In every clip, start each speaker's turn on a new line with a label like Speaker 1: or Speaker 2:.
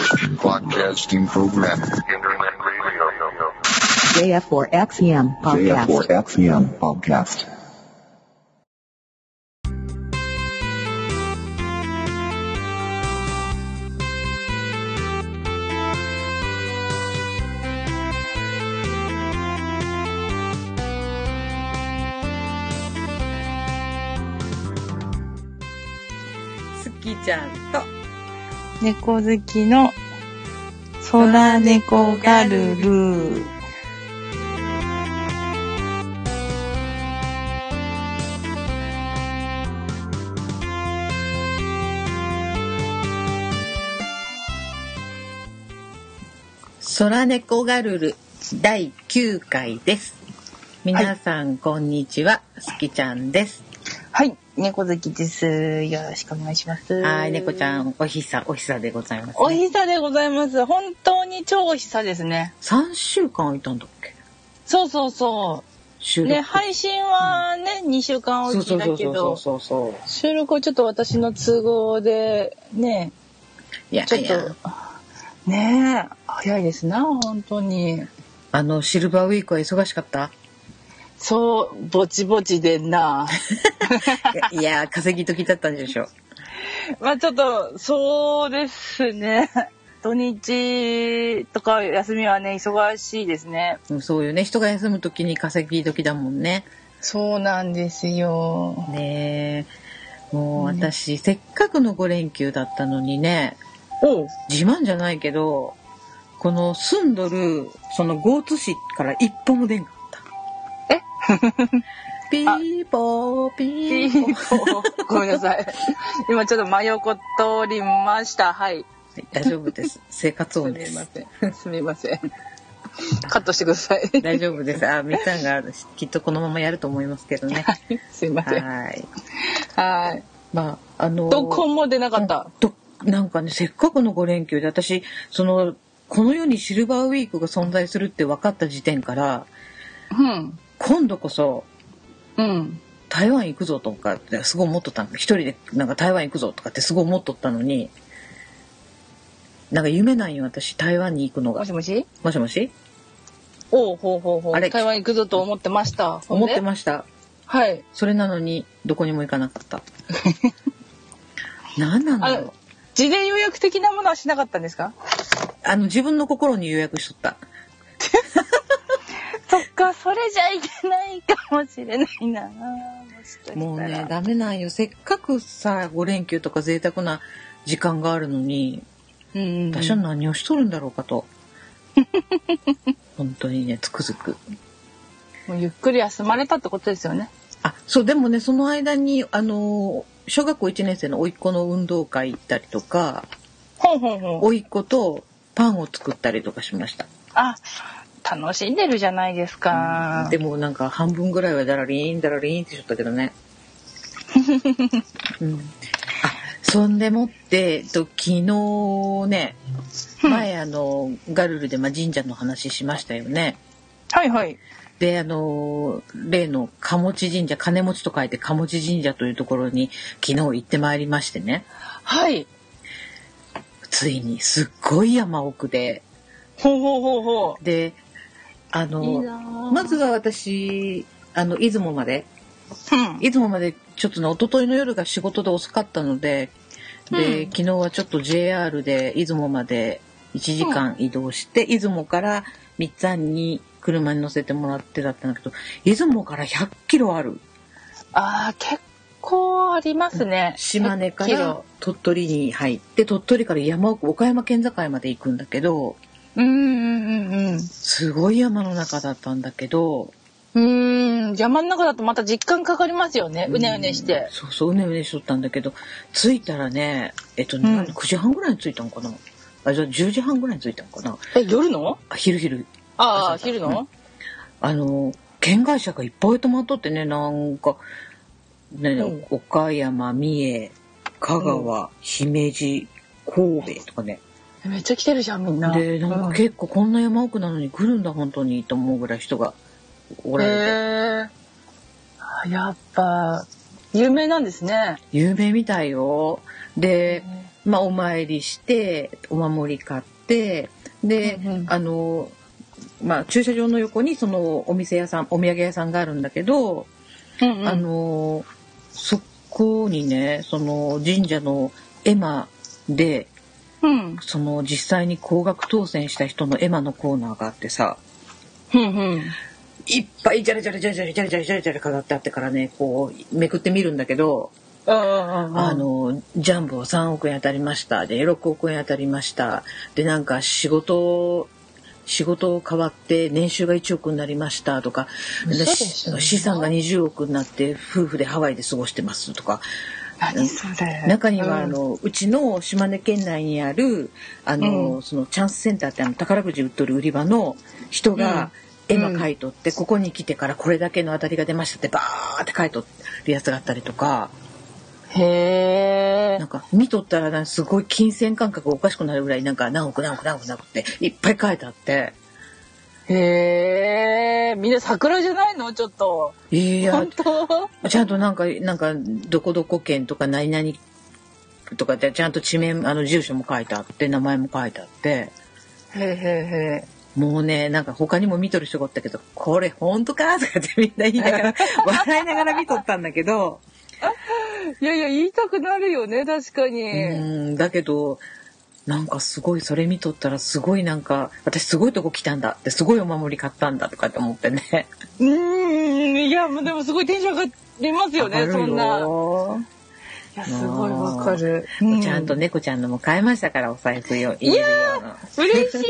Speaker 1: Podcasting program.
Speaker 2: Internet radio.
Speaker 3: JF4XEM podcast.
Speaker 1: JF4XEM podcast.
Speaker 4: スッキーちゃんと、
Speaker 5: 猫好きの空猫ガルル。
Speaker 4: 空猫ガルル第9回です。皆さん、こんにちは、スッキーちゃんです。
Speaker 5: はい、猫好きです。よろしくお願いします。
Speaker 4: はい、猫ちゃん、おひさ、おひさでございます、
Speaker 5: お
Speaker 4: ね。
Speaker 5: 久でございます。本当に超久ですね。
Speaker 4: 3週間空いたんだっけ
Speaker 5: そうそうそ
Speaker 4: 収
Speaker 5: う。
Speaker 4: 録。
Speaker 5: ね、配信はね、2週間お
Speaker 4: そう
Speaker 5: き
Speaker 4: そうそ
Speaker 5: だ
Speaker 4: う
Speaker 5: け
Speaker 4: そう
Speaker 5: ど、
Speaker 4: そうそう。
Speaker 5: 収録はちょっと私の都合で、ね、
Speaker 4: いや
Speaker 5: ちょ
Speaker 4: い
Speaker 5: っ
Speaker 4: や
Speaker 5: と、、ね、早いですな、本当に。
Speaker 4: あの、シルバーウィークは忙しかった
Speaker 5: そう、ぼちぼちでんな。
Speaker 4: いやいや、稼ぎ時だったんでしょう。
Speaker 5: まあちょっと、そうですね。 土日とか休みはね、忙しいですね。
Speaker 4: うんそうよね。人が休む時に稼ぎ時だもんね。
Speaker 5: そうなんですよ。
Speaker 4: ねえ。もう私、せっかくの5連休だったのにね、
Speaker 5: お
Speaker 4: 自慢じゃないけどこの住んどるその豪津市から一歩も出んかった
Speaker 5: え
Speaker 4: ピーポーピーポー
Speaker 5: ごめんな さい。今ちょっと真横通りました。はい。
Speaker 4: 大丈夫です生活音
Speaker 5: す
Speaker 4: で
Speaker 5: みますせん。すみません。カットしてください。
Speaker 4: 大丈夫ですあみっちゃんがきっとこのままやると思いますけど ね
Speaker 5: すみません。
Speaker 4: はい
Speaker 5: はい。
Speaker 4: まああの
Speaker 5: どこも出なかった。
Speaker 4: どなんかねせっかくの5連休で私そのこの世にシルバーウィークが存在するって分かった時点から
Speaker 5: うん。
Speaker 4: 今度こそ
Speaker 5: うん。
Speaker 4: 台湾行くぞとかってすごい思っとったの一人でなんか台湾行くぞとかってすごい思っとったのになんか夢ないよ私台湾に行くのが
Speaker 5: もしもし
Speaker 4: もしもし
Speaker 5: おうほうほうほ
Speaker 4: あれ
Speaker 5: う。台湾行くぞと思ってました。
Speaker 4: 思って
Speaker 5: ま
Speaker 4: ました
Speaker 5: はい。
Speaker 4: それなのにどこにも行かなかった 何なんだろう
Speaker 5: 事前予約的なものはしなかったんですか
Speaker 4: あの自分の心に予約しとった
Speaker 5: そっか、それじゃいけないかもしれないな。もしかしたら
Speaker 4: もうねダメなんよせっかくさ5連休とか贅沢な時間があるのに
Speaker 5: うんうん
Speaker 4: 私は何をしとるんだろうか と本当にねつくづく
Speaker 5: もうゆっくり休まれたってことですよね。
Speaker 4: あそうでもねその間にあの小学校1年生の甥っ子の運動会行ったりとか
Speaker 5: ほんほんほん。
Speaker 4: 甥っ子とパンを作ったりとかしました
Speaker 5: あ、楽しんでるじゃないですか。
Speaker 4: でもなんか半分ぐらいはダラリーンダラリーンってしとったけどね、うん、あそんでもって、えっと、昨日ね前あのガルルでまあ神社の話しましたよね
Speaker 5: はいはい。
Speaker 4: であの例の鴨持神社金持ちと書いて鴨持神社というところに昨日行ってまいりましてね
Speaker 5: はい。
Speaker 4: ついにすっごい山奥で
Speaker 5: ほうほうほうほ
Speaker 4: であ
Speaker 5: う。
Speaker 4: の
Speaker 5: いいな
Speaker 4: まず、は私あの出雲まで
Speaker 5: うん。
Speaker 4: 出雲までちょっとね一昨日の夜が仕事で遅かったのでで、
Speaker 5: うん
Speaker 4: 昨日はちょっと JR で出雲まで1時間移動して、出雲から三つ庵に車に乗せてもらってだったんだけど出雲から100キロある
Speaker 5: ああ、結構ありますね。
Speaker 4: 島根か
Speaker 5: 100キ
Speaker 4: ら
Speaker 5: ロ
Speaker 4: 鳥取に入って鳥取から山奥岡山県境まで行くんだけど
Speaker 5: うんうんうんうん。
Speaker 4: すごい山の中だったんだけど
Speaker 5: うーん、山の中だとまた実感かかりますよね。うねうねして。
Speaker 4: そうそううねうねしとったんだけど着いたらねえっとね、
Speaker 5: うん
Speaker 4: 何9時半ぐらいに着いたのかなあじゃあ10時半ぐらいに着いたのかな
Speaker 5: え、夜の
Speaker 4: あ昼昼
Speaker 5: ああ、
Speaker 4: 朝だ
Speaker 5: 昼の、
Speaker 4: あの県外車がいっぱい泊まっとってねなんか、ね
Speaker 5: うん
Speaker 4: 岡山三重香川、姫路神戸とかね
Speaker 5: めっちゃ来てるじゃん、みんな。
Speaker 4: でなんか
Speaker 5: うん
Speaker 4: 結構こんな山奥なのに来るんだ本当にと思うぐらい人がおられて。
Speaker 5: へえやっぱ有名なんですね。
Speaker 4: 有名みたいよ。で、まあ、お参りしてお守り買ってで、
Speaker 5: うんうん
Speaker 4: あのまあ、駐車場の横にそのお店屋さんお土産屋さんがあるんだけど、
Speaker 5: うんうん
Speaker 4: あのそこにねその神社の絵馬で
Speaker 5: うん
Speaker 4: その実際に高額当選した人の絵馬のコーナーがあってさ
Speaker 5: うんうん
Speaker 4: いっぱいジャラジャラジャラジャラジャラジャラジャラジャラ飾ってあってからねこうめくってみるんだけどあ
Speaker 5: あ
Speaker 4: の、ジャンボ3億円当たりました。で、6億円当たりました。で、なんか仕事、仕事を変わって年収が1億になりましたとか、で
Speaker 5: 嘘でしょ
Speaker 4: 資産が20億になって夫婦でハワイで過ごしてますとか、
Speaker 5: 何それ
Speaker 4: 中にはあの、うちの島根県内にあるあの、
Speaker 5: う
Speaker 4: そのチャンスセンターってあの宝くじ売っとる売り場の人が絵馬書いとって、ここに来てからこれだけの当たりが出ましたってバーって書いとるやつがあったりとか。
Speaker 5: へえ
Speaker 4: なんか見とったらなんかすごい金銭感覚がおかしくなるぐらいなんか何億何億何億何億っていっぱい書いてあって
Speaker 5: へえみんな桜じゃないのちょっと
Speaker 4: いや
Speaker 5: 本当
Speaker 4: ちゃんとなんかなんかどこどこ県とか何々とかってちゃんと地名あの住所も書いてあって名前も書いてあって
Speaker 5: へえへ
Speaker 4: もうねなんか他にも見とる人がおったけど「これ本当か?」とかってみんな言いなが ら笑いながら見とったんだけど
Speaker 5: えへえいやいや言いたくなるよね確かに
Speaker 4: うんだけどなんかすごいそれ見とったらすごいなんか私すごいとこ来たんだってすごいお守り買ったんだとかって思ってね。
Speaker 5: うーんいやもうでもすごいテンション上がりますよね
Speaker 4: 上が
Speaker 5: そ
Speaker 4: る
Speaker 5: んないやすごいわかる、う
Speaker 4: ちゃんと猫ちゃんのも買いましたからお財布用入れるような。
Speaker 5: 嬉しい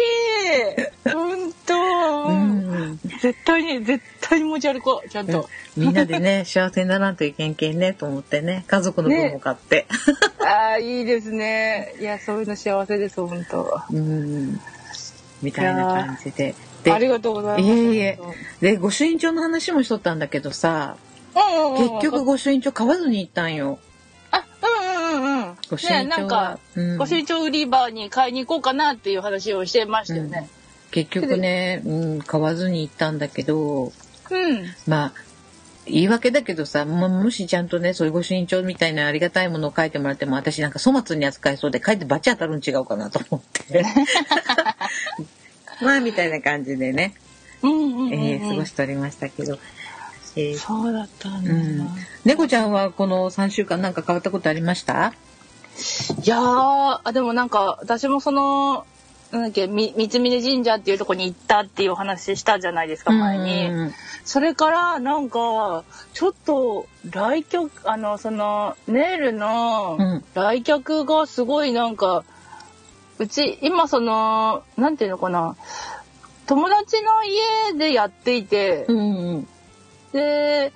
Speaker 5: 本当、
Speaker 4: うん
Speaker 5: 絶対に絶対に持ち歩こうちゃんと、
Speaker 4: みんなで ね幸せにならんといけんけんねと思ってね家族の分も買って、
Speaker 5: ああいいですねいやそういうの幸せです本当
Speaker 4: うんみたいな感じで
Speaker 5: あり
Speaker 4: で
Speaker 5: がとうござい
Speaker 4: い
Speaker 5: ます
Speaker 4: えいえで御朱印帳の話もしとったんだけどさ
Speaker 5: うんうんうん
Speaker 4: 結局御朱印帳買わずに行ったんよ
Speaker 5: あうんうんうんうん
Speaker 4: 御朱
Speaker 5: ね
Speaker 4: 印
Speaker 5: な
Speaker 4: 帳
Speaker 5: ん
Speaker 4: は
Speaker 5: か、、
Speaker 4: うん
Speaker 5: ご身長売り場に買いに行こうかなっていう話をしてましたよね
Speaker 4: 結局ね、うん、買わずに行ったんだけど
Speaker 5: うん、
Speaker 4: まあ言い訳だけどさももしちゃんとねそういうご身長みたいなありがたいものを書いてもらっても私なんか粗末に扱いそうで書いてバチ当たるん違うかなと思ってまあみたいな感じでね、
Speaker 5: うんうんうんうん、
Speaker 4: えー過ごしておりましたけど、えー
Speaker 5: そうだったん
Speaker 4: う
Speaker 5: だな、
Speaker 4: ん、猫ちゃんはこの3週間なんか変わったことありました
Speaker 5: いやーあでもなんか私もそのなんだっけみ三峯神社っていうとこに行ったっていうお話したじゃないですか前に、
Speaker 4: うん
Speaker 5: それからなんかちょっと来客あのそのネイル
Speaker 4: う
Speaker 5: の
Speaker 4: ん
Speaker 5: 来客がすごいなんかうち今そのなんていうのかな友達の家でやっていて、
Speaker 4: うんうん
Speaker 5: で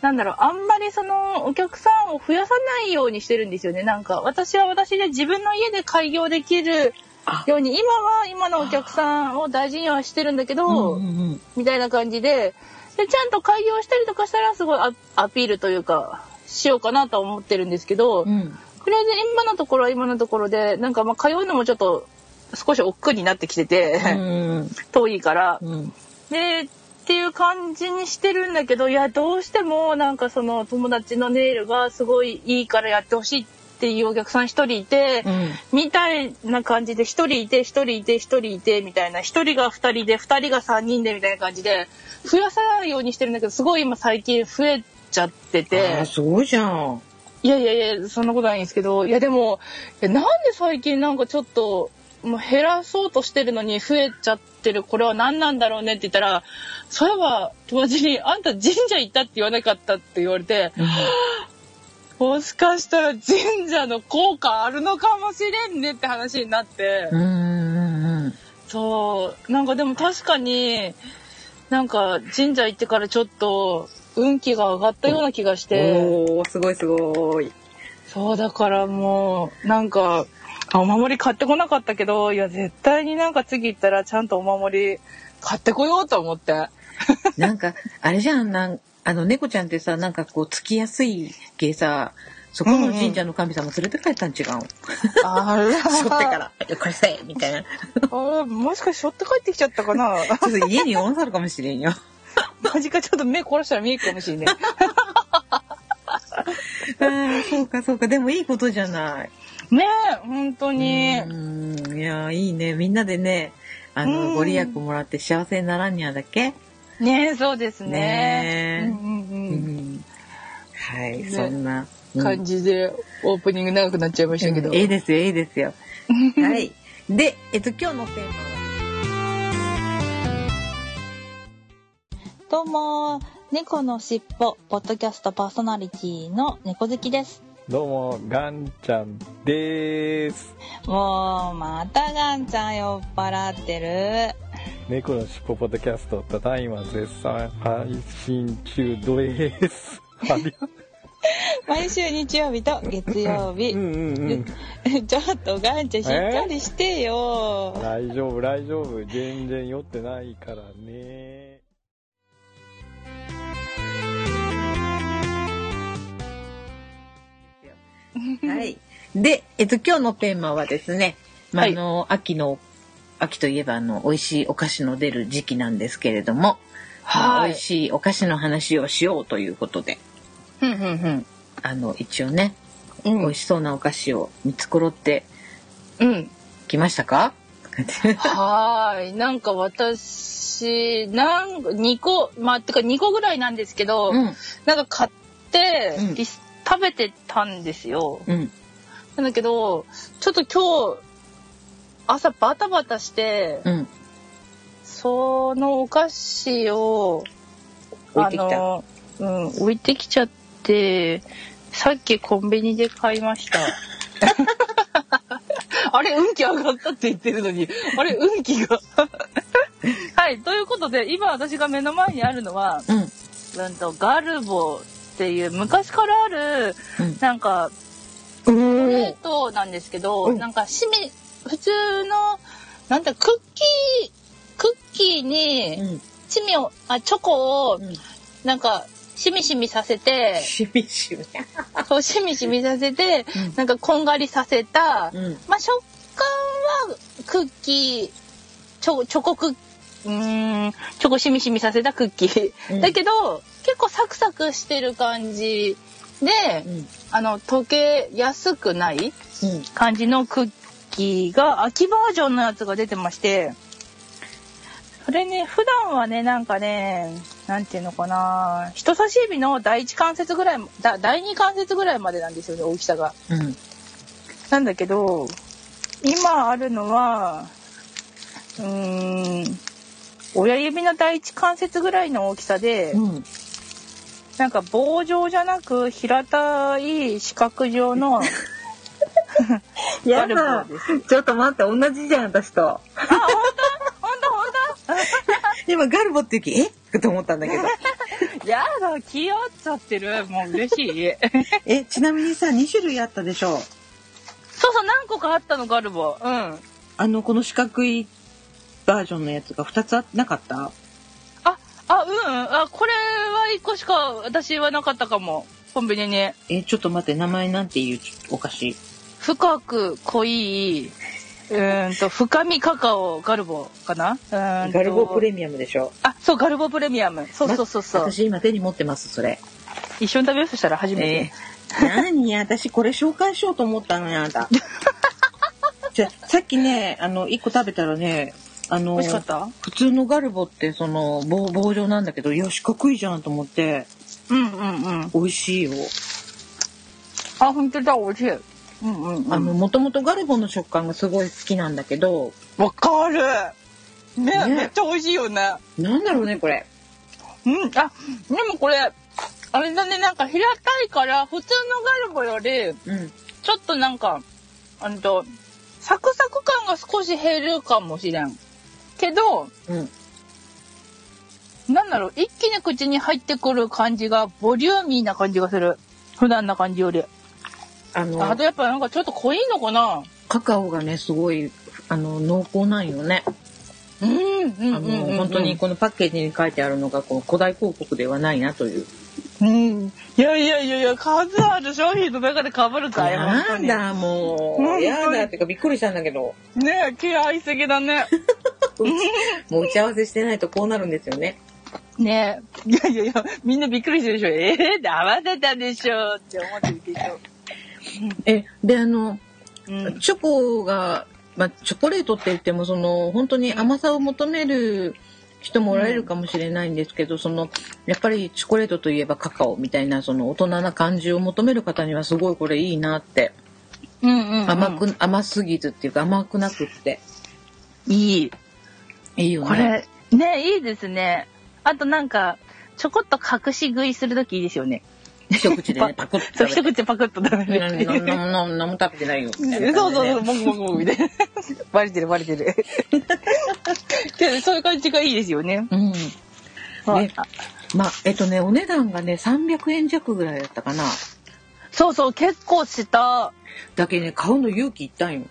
Speaker 5: なんだろうあんまりそのお客さんを増やさないようにしてるんですよねなんか私は私で自分の家で開業できる
Speaker 4: あ
Speaker 5: ように今は今のお客さんを大事にはしてるんだけど、
Speaker 4: うんうんうん
Speaker 5: みたいな感じででちゃんと開業したりとかしたらすごいアアピールというかしようかなとは思ってるんですけど、
Speaker 4: うん
Speaker 5: とりあえず今のところは今のところでなんかまあ通うのもちょっと少し億劫になってきてて、
Speaker 4: うん
Speaker 5: 遠いから。
Speaker 4: うん
Speaker 5: でっていう感じにしてるんだけどいやどうしてもなんかその友達のネイルがすごいいいからやってほしいっていうお客さん一人いて、
Speaker 4: うん
Speaker 5: みたいな感じで一人いて一人いて一人いてみたいな一人が二人で二人が三人でみたいな感じで増やさないようにしてるんだけどすごい今最近増えちゃって
Speaker 4: あ
Speaker 5: て
Speaker 4: ーすごいじゃん
Speaker 5: いやいやいやそんなことないんですけどいやでもいやなんで最近なんかちょっともう減らそうとしてるのに増えちゃってるこれは何なんだろうねって言ったらそういえば友達に「あんた神社行ったって言わなかった」って言われてもしかしたら神社の効果あるのかもしれんねって話になって。
Speaker 4: うんうんうんうん
Speaker 5: そうなんかでも確かになんか神社行ってからちょっと運気が上がったような気がして
Speaker 4: おおすごいすごい。
Speaker 5: そうだからもうなんかあお守り買ってこなかったけどいや絶対になんか次行ったらちゃんとお守り買ってこようと思って
Speaker 4: なんかあれじゃんなんあの猫ちゃんってさなんかこうつきやすいけさそこの神社の神様連れて帰ったん違う、ん、
Speaker 5: あら
Speaker 4: そってから「よこせ!」みたいなち
Speaker 5: あもしかしてしょって帰ってきちゃった かな
Speaker 4: ょっと家におんさるかもしれ んよ。
Speaker 5: マジかちょっと目凝らしたら見えるかもしれない
Speaker 4: あーそうかそうかでもいいことじゃない。
Speaker 5: ねえ、本当に。
Speaker 4: うんいやーいいねみんなでねあ
Speaker 5: う
Speaker 4: の
Speaker 5: ん
Speaker 4: ご利益もらって幸せにならんにゃだっけ、
Speaker 5: ねえ、そうですね。
Speaker 4: ねえ
Speaker 5: うんう
Speaker 4: うん
Speaker 5: うん
Speaker 4: ん、はい、
Speaker 5: ね
Speaker 4: そんな、うん
Speaker 5: 感じでオープニング長くなっちゃいましたけど。
Speaker 4: うんいいですよいいです よはいでえっと今日のテーマは
Speaker 6: どうも、猫のしっぽ、ポッドキャストパーソナリティの猫好きです。
Speaker 7: どうも、ガンちゃんです。
Speaker 6: もう、またガンちゃん酔っ払ってる。
Speaker 7: 猫のしっぽポッドキャスト、ただいま絶賛配信中です。ありが
Speaker 6: 毎週日曜日と月曜日
Speaker 7: う。んうんう ん。
Speaker 6: ちょっとガンちゃんしっかりしてよ。
Speaker 7: 大丈夫、大丈夫。全然酔ってないからね。
Speaker 4: はいでえっと今日のテーマはですね、まあ、あ
Speaker 5: はい
Speaker 4: の秋の秋といえばあの美味しいお菓子の出る時期なんですけれども、まあ
Speaker 5: はい
Speaker 4: 美味。しいお菓子の話をしようということで
Speaker 5: ふんふんふん。
Speaker 4: あの一応ね、
Speaker 5: うん
Speaker 4: 美味しそうなお菓子を見繕って
Speaker 5: うん。
Speaker 4: きましたか
Speaker 5: はーい。なんか私、なんか2個、まあ、てか2個ぐらいなんですけど、
Speaker 4: うん
Speaker 5: なんか買って、
Speaker 4: うん
Speaker 5: リス食べてたんですよ。
Speaker 4: うん
Speaker 5: なんだけど、ちょっと今日、朝バタバタして、
Speaker 4: うん
Speaker 5: そのお菓子を、
Speaker 4: 置いてきた
Speaker 5: あの、うん、置いてきちゃって、さっきコンビニで買いました。 あれ、運気上がったって言ってるのに、あれ、運気が。はい、ということで、今私が目の前にあるのは、
Speaker 4: うん
Speaker 5: うんと、ガルボっていう昔からある、
Speaker 4: うん
Speaker 5: なんか、
Speaker 4: う
Speaker 5: チョコ
Speaker 4: ん
Speaker 5: レートなんですけど、
Speaker 4: うん
Speaker 5: なんかしみ、普通の、なんて、クッキー、クッキーに、チミを、あ、チョコを、
Speaker 4: うん
Speaker 5: なんか、しみしみさせて、
Speaker 4: しみしみ
Speaker 5: そう、しみしみさせて
Speaker 4: うん、
Speaker 5: なんかこんがりさせた、
Speaker 4: うん
Speaker 5: まあ、食感はクッキー、チョチョコクッうーん、チョコしみしみさせたクッキー。
Speaker 4: うん
Speaker 5: だけど、結構サクサクしてる感じで、
Speaker 4: うん
Speaker 5: あの、溶けやすくない
Speaker 4: うん
Speaker 5: 感じのクッキーが、秋バージョンのやつが出てまして、それね、普段はね、なんかね、なんていうのかな、人差し指の第一関節ぐらい、だ第二関節ぐらいまでなんですよね、大きさが。
Speaker 4: うん
Speaker 5: なんだけど、今あるのは、うーん、親指の第一関節ぐらいの大きさで、
Speaker 4: うん
Speaker 5: なんか棒状じゃなく平たい四角状のガ
Speaker 4: や
Speaker 5: ル
Speaker 4: だ
Speaker 5: ボです。
Speaker 4: ちょっと待って同じじゃん私と
Speaker 5: ほんとほん
Speaker 4: 今ガルボって言うきえっと思ったんだ けど
Speaker 5: とやだ、気合っちゃってる。もう嬉しい。
Speaker 8: え、ちなみにさ、2種類あったでしょ
Speaker 5: そうそう、何個かあったの、ガルボ。うん。
Speaker 8: あの、この四角いバージョンのやつが2つあなかった
Speaker 5: あ、あ、うん。あ、これは一個しか私はなかったかも。コンビニに。
Speaker 8: え、ちょっと待って、名前なんていうちょお菓子
Speaker 5: 深く濃い、うーんと、深みカカオガルボかなうーんと
Speaker 4: ガルボプレミアムでしょ
Speaker 5: あ、そう、ガルボプレミアム。そうそうそうそう。
Speaker 4: 私今手に持ってますそれ
Speaker 5: 一緒に食べようとしたら初めて。
Speaker 8: 何私これ紹介しようと思ったのにあ なた。じゃあさっきね、あの、1個食べたらね、あの、
Speaker 5: 美味しかった
Speaker 4: 普通のガルボってその棒棒状なんだけど
Speaker 8: いや、四角いじゃんと思って、
Speaker 5: うんうんう
Speaker 8: 美
Speaker 5: ん。
Speaker 8: 味しいよ。
Speaker 5: あ、本当だ、美味しい。うんうんうん。
Speaker 4: あのもともとガルボの食感がすごい好きなんだけど
Speaker 5: わかる。ね
Speaker 4: ね
Speaker 5: めっちゃ美味しいよね。
Speaker 4: なんだろうねこれ
Speaker 5: うん。あ、でもこれ、あれだね、なんか平たいから、普通のガルボより、
Speaker 4: うん
Speaker 5: ちょっとなんか、あのと、サクサク感が少し減るかもしれん。けど、
Speaker 4: うん
Speaker 5: なんだろう、一気に口に入ってくる感じが、ボリューミーな感じがする。普段な感じより。
Speaker 4: あの
Speaker 5: あとやっぱなんかちょっと濃いのかな
Speaker 4: カカオがねすごいあの濃厚なんよね
Speaker 5: うん、うん、
Speaker 4: あの、
Speaker 5: うんうんうん。
Speaker 4: 本当に。このパッケージに書いてあるのがこの古代広告ではないなという
Speaker 5: うん。いやいやいやいや、数ある商品の中で被るかよ。本当
Speaker 4: なん
Speaker 5: に
Speaker 4: だも
Speaker 5: 本当
Speaker 4: う
Speaker 5: に
Speaker 4: やだってかびっくりしたんだけど
Speaker 5: ねえ、気合いすぎだね。
Speaker 4: もう打ち合わせしてないとこうなるんですよね
Speaker 5: ねえ。いやいやいや、みんなびっくりしてるでしょ。ええー、慌てたでしょって思ってるけど。
Speaker 4: えであの
Speaker 5: うん
Speaker 4: チョコが、まあ、チョコレートって言ってもその本当に甘さを求める人もおられるかもしれないんですけど、そのやっぱりチョコレートといえばカカオみたいなその大人な感じを求める方にはすごいこれいいなって
Speaker 5: うんうんうん
Speaker 4: 甘く、甘すぎずっていうか甘くなくって
Speaker 5: いい
Speaker 4: いいよね
Speaker 5: これねいいですねあとなんかちょこっと隠し食いするときいいですよね
Speaker 4: 一口でねパクッ
Speaker 5: そ
Speaker 4: と
Speaker 5: う一
Speaker 4: 食べて
Speaker 5: 口パクッと食べるってい
Speaker 4: 何
Speaker 5: う
Speaker 4: も何も食べてないよみたいな
Speaker 5: そうそう
Speaker 4: 感じ
Speaker 5: そ
Speaker 4: で
Speaker 5: う、もぐもぐもぐみたいな。バレてるバレてる。けどそういう感じがいいですよね。
Speaker 4: うん
Speaker 5: はい
Speaker 4: ねまあえっとねお値段がね300円弱ぐらいだったかな
Speaker 5: そうそう、結構した。
Speaker 4: だけどね買うの勇気いったんよ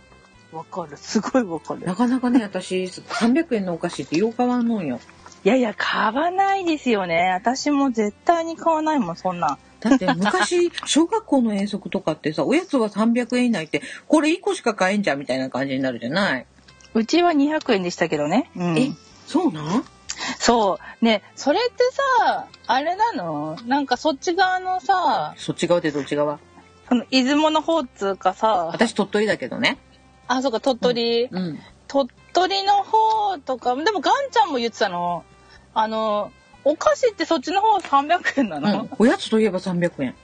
Speaker 5: わかる。すごいわかる。
Speaker 4: なかなかね、私、300円のお菓子ってよう買わんのんよ。
Speaker 5: いやいや、買わないですよね。私も絶対に買わないもん、そんなん。
Speaker 4: だ って昔、小学校の遠足とかってさ、おやつは300円以内って、これ1個しか買えんじゃんみたいな感じになるじゃない、
Speaker 5: うちは200円でしたけどね。う
Speaker 4: え
Speaker 5: ん。、
Speaker 4: そうなん
Speaker 5: そう。ね、それってさ、あれなのなんかそっち側のさ、
Speaker 4: そっち側ってどっち側
Speaker 5: その出雲の方っつうかさ、
Speaker 4: 私鳥取だけどね。
Speaker 5: あ、そうか、鳥取。
Speaker 4: うん。
Speaker 5: 鳥取の方とかでもガンちゃんも言ってたのあのお菓子ってそっちの方300円な
Speaker 4: う
Speaker 5: の、
Speaker 4: ん、おやつといえば300円。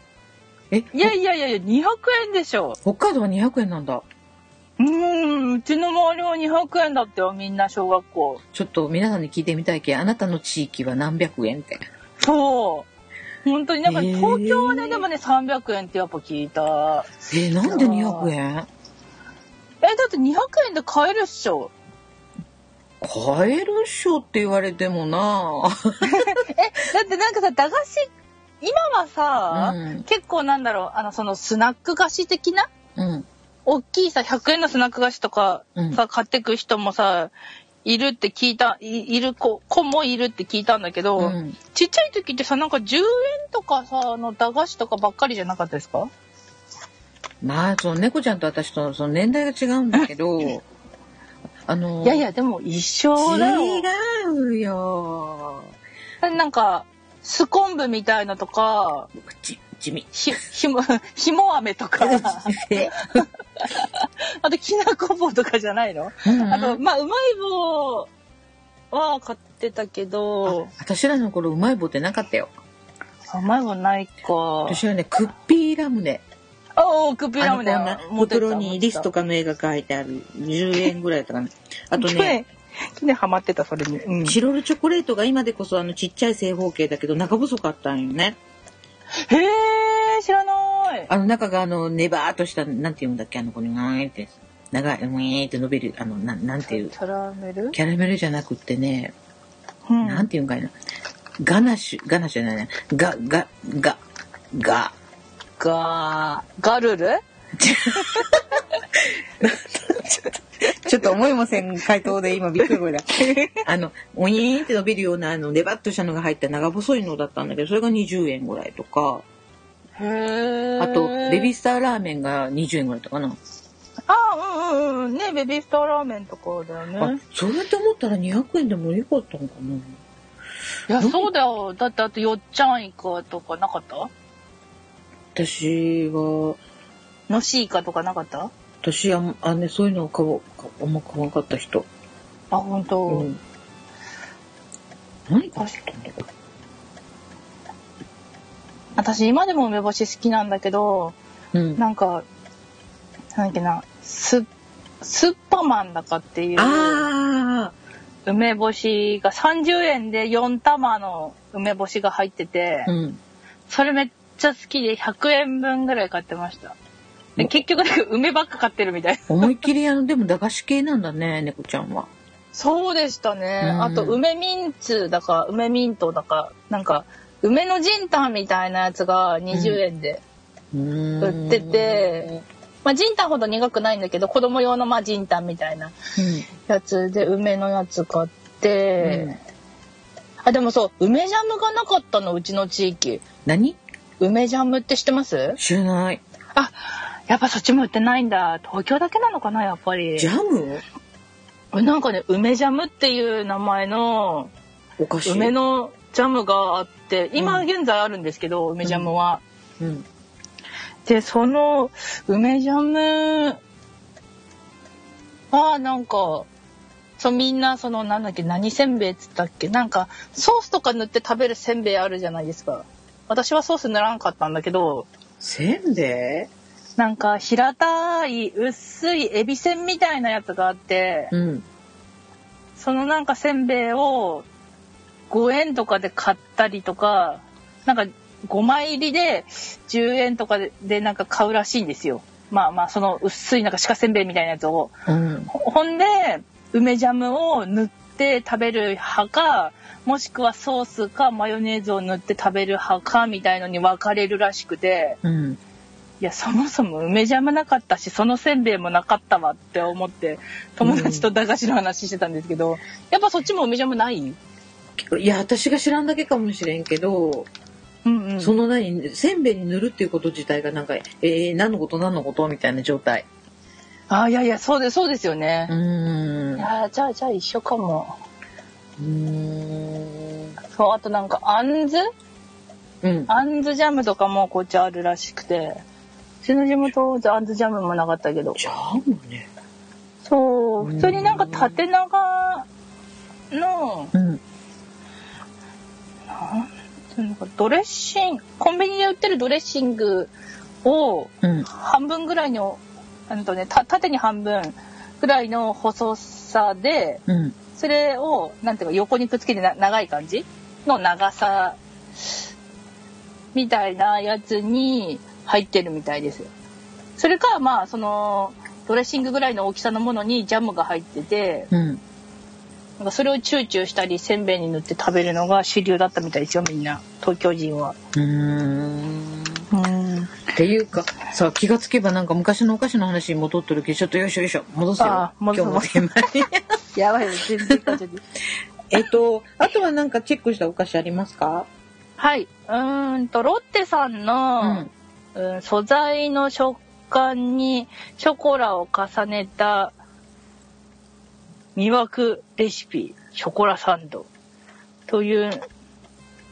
Speaker 4: え、
Speaker 5: いやいやいやいや200円でしょ
Speaker 4: 北海道は200円なんだ。
Speaker 5: うーんうちの周りは200円だってよみんな小学校
Speaker 4: ちょっと皆さんに聞いてみたいけ、あなたの地域は何百円って。
Speaker 5: そう本当になんか
Speaker 4: へー
Speaker 5: 東京はね、でもね300円ってやっぱ聞いた
Speaker 4: え、なんで200円
Speaker 5: えだって200円で買えるっしょ
Speaker 4: 買えるっしょって言われてもな
Speaker 5: だってなんかさ駄菓子今はさ、
Speaker 4: うん
Speaker 5: 結構なんだろうあのそのスナック菓子的な
Speaker 4: うん。
Speaker 5: 大きいさ100円のスナック菓子とか
Speaker 4: うん
Speaker 5: さ、買ってく人もさいるって聞いたいいる子子もいるって聞いたんだけど、
Speaker 4: うん。
Speaker 5: ちっちゃい時ってさなんか10円とかさあの駄菓子とかばっかりじゃなかったですか
Speaker 4: まあその猫ちゃんと私とその年代が違うんだけ どあの
Speaker 5: いやいやでも一緒だよ
Speaker 4: 違うよ
Speaker 5: なんかスコンブみたいのとか
Speaker 4: ち地味
Speaker 5: ひひも ひも飴とかあときなこ棒とかじゃないの、
Speaker 4: うん
Speaker 5: あとまあうまい棒は買ってたけど
Speaker 4: 私らの頃うまい棒ってなかったよ
Speaker 5: あうまい棒ないか
Speaker 4: 私はねクッピーラムネ
Speaker 5: おお、クッピーラムネ
Speaker 8: あのこんな袋にリスとかの絵が描いてある10円ぐらいだったか な。あと
Speaker 5: 去
Speaker 8: ね、
Speaker 5: 年、去年ハマってた、それに。うん
Speaker 8: チロルチョコレートが今でこそあのちっちゃい正方形だけど中細かったんよね。
Speaker 5: へえ、知らない。
Speaker 4: あの中があのネバーっとしたなんていうんだっけあの子に長いって長いウィーンって伸びるあのなんなんていう
Speaker 5: キャラメル
Speaker 4: キャラメルじゃなくってね、
Speaker 5: うん
Speaker 4: なんていうんかいなガナッシュガナッシュじゃないねガガガガ
Speaker 5: ガー、ガルル
Speaker 8: ちょっと思いもせん回答で今びっくり声だ。
Speaker 4: あの、おにーんって伸びるような、あの、ネバッとしたのが入った長細いのだったんだけど、それが20円ぐらいとか、
Speaker 5: へえ。
Speaker 4: あと、ベビースターラーメンが20円ぐらいだったかな。
Speaker 5: あ、うんうんうん。ね、ベビースターラーメンとかだよ
Speaker 4: あ
Speaker 5: ね。、
Speaker 4: そうやって思ったら200円でもよかったのかな。
Speaker 5: いや、そうだよ。だって、あと、よっちゃんイカとかなかった
Speaker 4: 私は、
Speaker 5: のしイカとかなかった
Speaker 4: 私、あんあね、そういうのを買おうかあんま買わなかった人。
Speaker 5: あ、ほんと。
Speaker 4: うん。何買ったんだろ
Speaker 5: 私、今でも梅干し好きなんだけど、
Speaker 4: う。うん。
Speaker 5: なんか、なんだっけな、す、スッパマンだかっていう。
Speaker 4: あ
Speaker 5: 梅干しが30円で4玉の梅干しが入ってて、
Speaker 4: あ、うん。
Speaker 5: それめっちゃ好きで100円分ぐらい買ってましたで結局なんか梅ばっか買ってるみたい
Speaker 4: 思いっきり、あの、でも駄菓子系なんだね、猫ちゃんは。
Speaker 5: そうでしたね、
Speaker 4: うん
Speaker 5: あと梅ミンツだか梅ミントだかなんか梅のジンタンみたいなやつが20円で
Speaker 4: うーん
Speaker 5: 売って、て、まあジンタンほど苦くないんだけど子供用のまあジンタンみたいなやつで梅のやつ買って、
Speaker 4: うん
Speaker 5: あでもそう梅ジャムがなかったのうちの地域
Speaker 4: 何
Speaker 5: 梅ジャムって知ってます
Speaker 4: 知らない。
Speaker 5: あやっぱそっちも売ってないんだ東京だけなのかなやっぱり
Speaker 4: ジャム
Speaker 5: なんかね梅ジャムっていう名前の
Speaker 4: おかしい。
Speaker 5: 梅のジャムがあって今現在あるんですけど、梅ジャムは、
Speaker 4: うん。
Speaker 5: でその梅ジャムああ、なんか、そう、みんな、その、なんだっけ、何せんべいっつったっけなんか、ソースとか塗って食べるせんべいあるじゃないですか。私はソース塗らんかったんだけど、
Speaker 4: せんべ
Speaker 5: なんか、平たい、薄いエビせんみたいなやつがあって
Speaker 4: い、うん。
Speaker 5: そのなんかせんべいを5円とかで買ったりとか、なんか5枚入りで10円とかででなんか買うらしいんですよ。まあまあその薄いなんか鹿せんべいみたいなやつを。
Speaker 4: うん。
Speaker 5: ほほんで、梅ジャムを塗って食べる派か、もしくはソースかマヨネーズを塗って食べる派かみたいのに分かれるらしくて、
Speaker 4: うん。
Speaker 5: いや、そもそも梅ジャムなかったし、そのせんべいもなかったわって思って、友達と駄菓子の話してたんですけど、やっぱそっちも梅ジャムないうん
Speaker 4: いや、私が知らんだけかもしれんけど、
Speaker 5: うん。
Speaker 4: その何、せんべいに塗るっていうこと自体がなんか、えー、何のこと何のことみたいな状態。
Speaker 5: ああ、いやいや、そうです、そうですよね
Speaker 4: う。ー
Speaker 5: い
Speaker 4: ん。う
Speaker 5: やーじゃあ、じゃあ一緒かも。
Speaker 4: ーん。
Speaker 5: そう、あとなんか、あんず
Speaker 4: うん。
Speaker 5: あんずジャムとかもこっちあるらしくて、うちの地元、あんずジャムもなかったけど。
Speaker 4: ジャムね。
Speaker 5: そう、
Speaker 4: うん
Speaker 5: 普通になんか縦長の、
Speaker 4: うん。
Speaker 5: なんていうのかドレッシング、コンビニで売ってるドレッシングを
Speaker 4: うん。
Speaker 5: 半分ぐらいの、うんとね、た縦に半分ぐらいの細さで、
Speaker 4: うん。
Speaker 5: それを、なんていうか、横にくっつけてな長い感じの長さみたいなやつに入ってるみたいですよ。それか、まあ、その、ドレッシングぐらいの大きさのものにジャムが入ってて、
Speaker 4: うん。
Speaker 5: なんかそれをチューチューしたり、せんべいに塗って食べるのが主流だったみたいですよ、みんな。東京人は。
Speaker 4: うーん。
Speaker 5: うん。
Speaker 4: っていうかさ気がつけばなんか昔のお菓子の話に戻ってるけどちょっとよいしょよいしょ戻すよ
Speaker 5: あ
Speaker 4: 今
Speaker 5: 戻
Speaker 4: 日
Speaker 5: す
Speaker 4: のテーマに
Speaker 5: やばいよ、全然感じ
Speaker 8: えっと、あとはなんかチェックしたお菓子ありますか
Speaker 5: はい。うーんと、ロッテさん
Speaker 4: う
Speaker 5: の、
Speaker 4: ん
Speaker 5: うん、素材の食感にショコラを重ねた魅惑レシピ、ショコラサンドという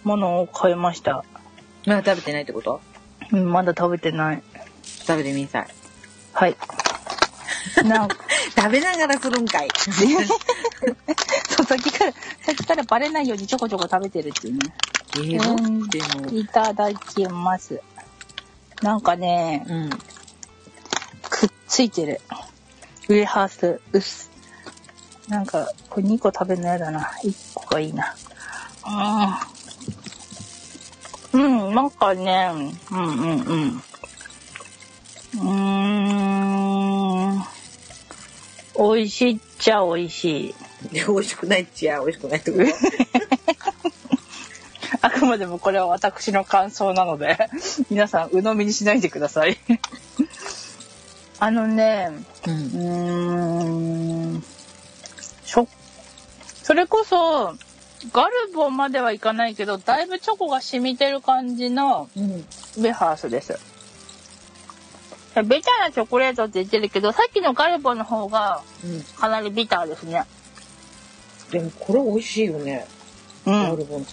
Speaker 5: ものを買いました。
Speaker 4: まだ食べてないってこと
Speaker 5: うん、まだ食べてない。
Speaker 4: 食べてみたい
Speaker 5: はい。 なんか、
Speaker 4: 食べながらするんかい
Speaker 5: そうさっきから、さっきからバレないようにちょこちょこ食べてるっていうね。
Speaker 4: えーロッテの
Speaker 5: いただきます。なんかね、
Speaker 4: うん
Speaker 5: くっついてる。ウエハース、うっす。なんか、これ2個食べるのやだな。1個がいいな。うん。うん、なんかね、うんうんうん。うーん。美味しいっちゃ美味しい。
Speaker 4: で美味しくないっちや美味しくないってこと
Speaker 5: あくまでもこれは私の感想なので、 皆さん鵜呑みにしないでください。 あのね、
Speaker 4: う
Speaker 5: うんーんしょそれこそガルボまではいかないけどだいぶチョコが染みてる感じの
Speaker 4: うん
Speaker 5: ウェハースですベターなチョコレートって言ってるけどさっきのガルボの方が
Speaker 4: うん
Speaker 5: かなりビターですね
Speaker 4: でもこれ美味しいよね
Speaker 5: う
Speaker 4: ガ
Speaker 5: ん
Speaker 4: ルボの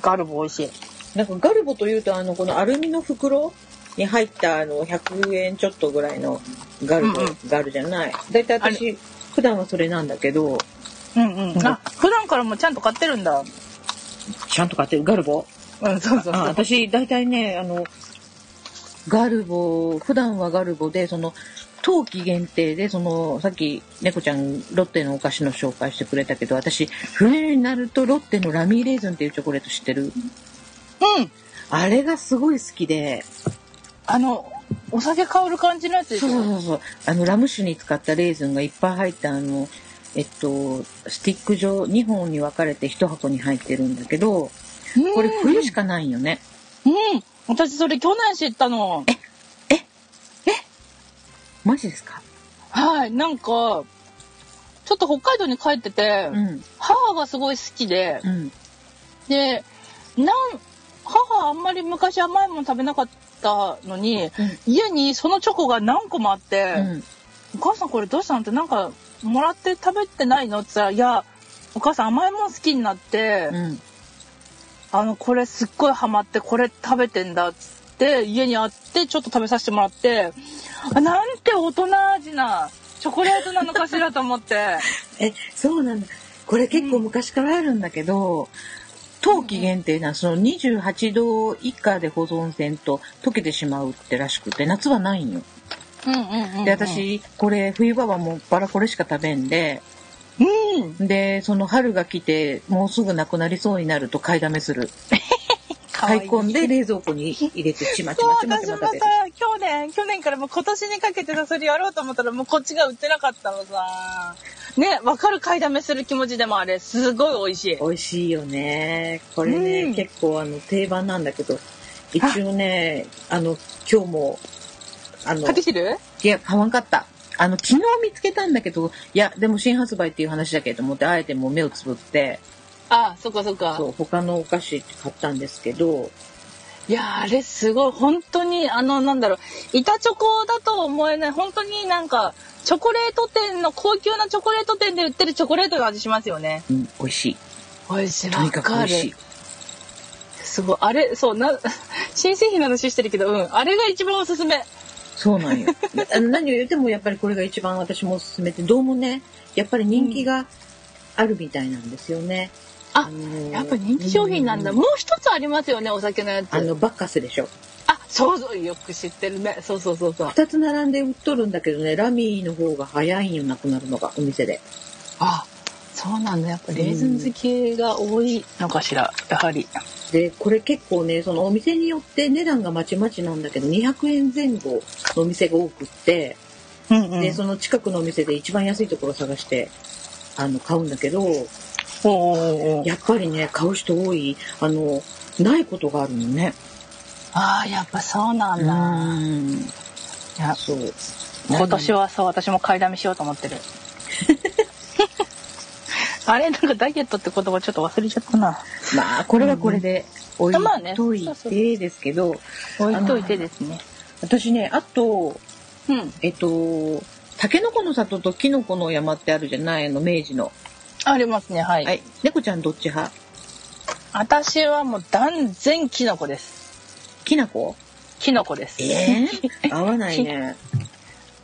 Speaker 5: ガルボ美味しい
Speaker 4: なんかガルボというとあのこのアルミの袋に入ったあの100円ちょっとぐらいのガルボ、
Speaker 5: うんうん
Speaker 4: ガルじゃないだいたい私普段はそれなんだけど
Speaker 5: うんうんんあ普段からもちゃんと買ってるんだ
Speaker 4: ちゃんと買ってるガルボ
Speaker 5: うんそうそう
Speaker 8: あ
Speaker 5: そう
Speaker 8: 私、大体ね、あの、
Speaker 4: ガルボ、普段はガルボで、その、冬季限定で、その、さっき、猫ちゃん、ロッテのお菓子の紹介してくれたけど、私、冬になると、ロッテのラミーレーズンっていうチョコレート知ってる
Speaker 5: うん
Speaker 4: あれがすごい好きで、
Speaker 5: あのお酒香る感じのやつでし
Speaker 4: そうそう
Speaker 5: ょ
Speaker 4: そうそう、あの、ラム酒に使ったレーズンがいっぱい入った、あの、えっと、スティック状、2本に分かれて1箱に入ってるんだけど、これ冬しかないよね。
Speaker 5: うん私それ去年知ったの
Speaker 4: マジですか
Speaker 5: はい、なんか、ちょっと北海道に帰ってて、
Speaker 4: うん、
Speaker 5: 母がすごい好きで、
Speaker 4: うん、
Speaker 5: で、なん、母あんまり昔甘いもの食べなかったのに、
Speaker 4: うん
Speaker 5: 家にそのチョコが何個もあって、
Speaker 4: うん、
Speaker 5: お母さんこれどうしたのってなんか、もらって食べてないのって言ったら、いや、お母さん甘いもん好きになって、
Speaker 4: うん。
Speaker 5: あの、これすっごいハマって、これ食べてんだっつって、家にあって、ちょっと食べさせてもらって、あなんて大人味なチョコレートなのかしらと思って。
Speaker 4: え、そうなんだ。これ結構昔からあるんだけど、冬季限定な、その28度以下で保存せんと溶けてしまうってらしくて、夏はないんよ。
Speaker 5: うんうんうんうん
Speaker 4: で、私、これ、冬場はもうバラこれしか食べんで、
Speaker 5: うん。
Speaker 4: で、その春が来て、もうすぐなくなりそうになると買いだめする。買い込んで冷蔵庫に入れて、ちまち
Speaker 5: そう
Speaker 4: まちまちま
Speaker 5: 私
Speaker 4: 食
Speaker 5: もさ
Speaker 4: べる。
Speaker 5: 去年去年からもう今年にかけてさそれやろうと思ったらもうこっちが売ってなかったのさね分かる買いだめする気持ちでもあれすごい美味しい
Speaker 4: 美味しいよね。これね、
Speaker 5: うん
Speaker 4: 結構あの定番なんだけど、一応ね、あの、今日も、あの
Speaker 5: 買っ、てきてる
Speaker 4: いや、買わんかった。あの、昨日見つけたんだけど、いや、でも新発売っていう話だけどと思って、あえてもう目をつぶって、
Speaker 5: あそっかそっか
Speaker 4: そう、他のお菓子って買ったんですけど、
Speaker 5: いやーあれすごい本当にあのなんだろう板チョコだと思えない本当になんかチョコレート店の高級なチョコレート店で売ってるチョコレートの味しますよね
Speaker 4: うん、美味しい。
Speaker 5: 美味しい
Speaker 4: とにかく美味しい。
Speaker 5: すごいあれそうな新製品の話してるけどうんあれが一番おすすめ
Speaker 4: そうなん よ。あの何を言ってもやっぱりこれが一番私もおすすめって、どうもね、やっぱり人気があるみたいなんですよね。
Speaker 5: あ
Speaker 4: の
Speaker 5: やっぱ人気商品なんだ。
Speaker 4: う
Speaker 5: もう一つありますよね、お酒のやつ。
Speaker 4: あの、
Speaker 5: あ、
Speaker 4: バッカスでしょ。
Speaker 5: そうそう、よく知ってるね。そうそうそうそう。
Speaker 4: 二つ並んで売っとるんだけどね、ラミーの方が早いんよ、なくなるのが、お店で。
Speaker 5: あ、そうなんだ。やっぱレーズン好きが多いのかしら、やはり。
Speaker 4: で、これ結構ね、そのお店によって値段がまちまちなんだけど、200円前後のお店が多くって、
Speaker 5: うんう
Speaker 4: で、その近くのお店で一番安いところ探して、あの、買うんだけど、
Speaker 5: おうおうおう
Speaker 4: やっぱりね、買う人多い、あの、ないことがあるのね。
Speaker 5: ああ、やっぱそうなんだ。いや
Speaker 4: そう。
Speaker 5: 今年はさ、私も買いだめしようと思って る。あれなんかダイエットって言葉ちょっと忘れちゃったな。
Speaker 4: まあ、これはこれで置い
Speaker 5: まあね
Speaker 4: とい
Speaker 5: そうそう
Speaker 4: てですけど、
Speaker 5: 置いといてですね。
Speaker 4: 私ね、あと、
Speaker 5: うん。
Speaker 4: えっと、タケノコの里とキノコの山ってあるじゃないの、明治の。
Speaker 5: ありますね、はい。
Speaker 4: はい。猫ちゃんどっち派
Speaker 5: 私はもう断然キノコです。
Speaker 4: きなこ
Speaker 5: キノコです。
Speaker 4: え え合わないね。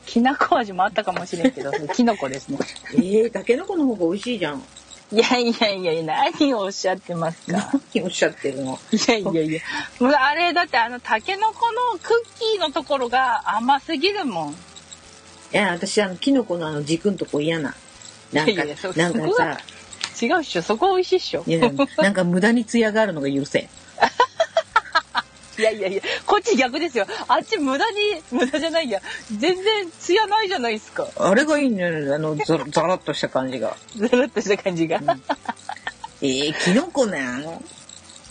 Speaker 5: きなこ味もあったかもしれんけど、きのこですね。
Speaker 4: ええタケノコの方が美味しいじゃん。
Speaker 5: いやいやいや、何をおっしゃってますか。
Speaker 4: さっきおっしゃってるの。
Speaker 5: いやいやいや。もうあれだってあのタケノコのクッキーのところが甘すぎるもん。
Speaker 4: いや、私、あの、キノコのあの、軸んとこ嫌な。なん
Speaker 5: い
Speaker 4: か
Speaker 5: やいやそ、
Speaker 4: なん
Speaker 5: そ
Speaker 4: か
Speaker 5: こ
Speaker 4: さ
Speaker 5: は、違うっしょ。そこ美味しいっしょ。
Speaker 4: いやなんか無駄に艶があるのが許せん。
Speaker 5: いやいやいや、こっち逆ですよ。あっち無駄に、無駄じゃないや。全然ツヤないじゃないですか。
Speaker 4: あれがいいんだよね、あの、ザラザラっとした感じが。
Speaker 5: ずるっとした感じが。
Speaker 4: ええキノコなん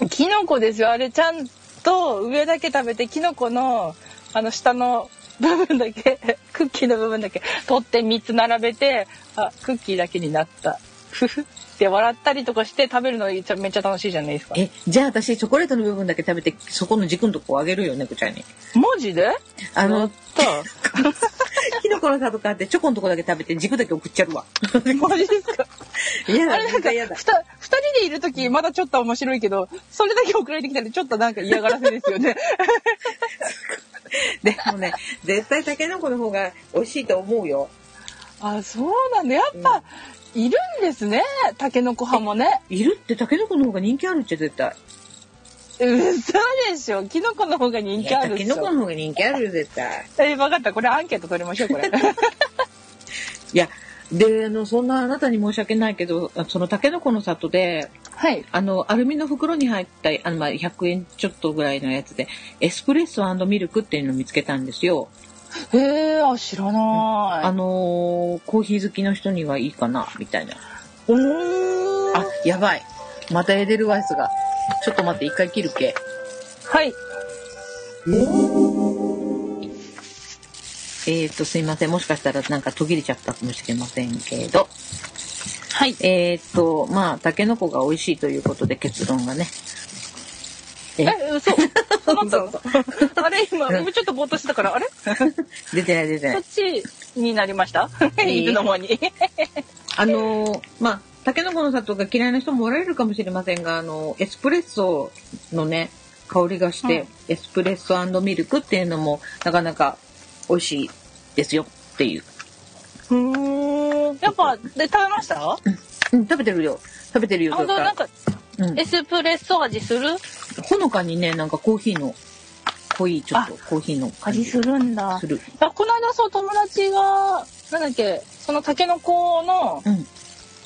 Speaker 5: キノコですよ。あれちゃんと上だけ食べてキノコのあの下の部分だけ クッキーの部分だけ取って3つ並べてあクッキーだけになったふふって笑ったりとかして食べるのめっちゃめっちゃ楽しいじゃないですか。
Speaker 4: え、じゃあ私、チョコレートの部分だけ食べて、そこの軸のとこをあげるよ、猫ちゃんに。
Speaker 5: マジで？
Speaker 4: あ
Speaker 5: や
Speaker 4: の
Speaker 5: っ、た。
Speaker 4: キノコの里買って、チョコのとこだけ食べて、軸だけ送っちゃるわ。
Speaker 5: マジですか？
Speaker 4: いや
Speaker 5: あれなんか2人でいる時まだちょっと面白いけどそれだけ送られてきたらちょっとなんか嫌がらせですよね。
Speaker 4: でもね、絶対タケノコの方が美味しいと思うよ。
Speaker 5: あそうなんだ。やっぱ、いるんですね。タケノコ派もね。
Speaker 4: いるってタケノコの方が人気あるっちゃ絶対。
Speaker 5: 嘘でしょキノコの方が人気ある
Speaker 4: タ
Speaker 5: で
Speaker 4: ケ
Speaker 5: し
Speaker 4: ノコ
Speaker 5: ょ
Speaker 4: の方が人気あるよ、絶対。
Speaker 5: え分かったこれアンケート取りましょうこれ
Speaker 4: いや、で、あの、そんなあなたに申し訳ないけど、あそのタケノコの里で、
Speaker 5: はい
Speaker 4: あの、アルミの袋に入った、あの、まあ、100円ちょっとぐらいのやつで、エスプレッソミルクっていうのを見つけたんですよ。
Speaker 5: へえあ知らない、
Speaker 4: あのーコーヒー好きの人にはいいかな、みたいな。
Speaker 5: おー
Speaker 4: あ、やばい。またエデルワイスが。ちょっと待って、一回切るけ。
Speaker 5: はい
Speaker 4: えー、っと、すいません。もしかしたらなんか途切れちゃったかもしれませんけど。
Speaker 5: はい
Speaker 4: えー、っと、まあ、タケノコが美味しいということで結論がね。え
Speaker 5: え 嘘そうなったのあれ今ちょっとぼーっとしてたからあれそ
Speaker 4: 出てない出てない
Speaker 5: っ。ちになりましたいつの間に
Speaker 4: あのーまあ、タケノコの里が嫌いな人もおられるかもしれませんが、あのエスプレッソのね、香りがして、エスプレッソミルクっていうのも、なかなか美味しいですよっていう
Speaker 5: うん。やっぱ、で、食べました
Speaker 4: うん、食べてるよ。食べてるよ、
Speaker 5: 本当なん
Speaker 4: か
Speaker 5: か、
Speaker 4: うん
Speaker 5: エスプレッソ味する
Speaker 4: ほのかにね、なんかコーヒーの、濃い、ちょっとコーヒーの感じ
Speaker 6: 味するんだ
Speaker 4: す。る。
Speaker 5: あこの間そう友達がなんだっけそのタケノコの
Speaker 4: うん、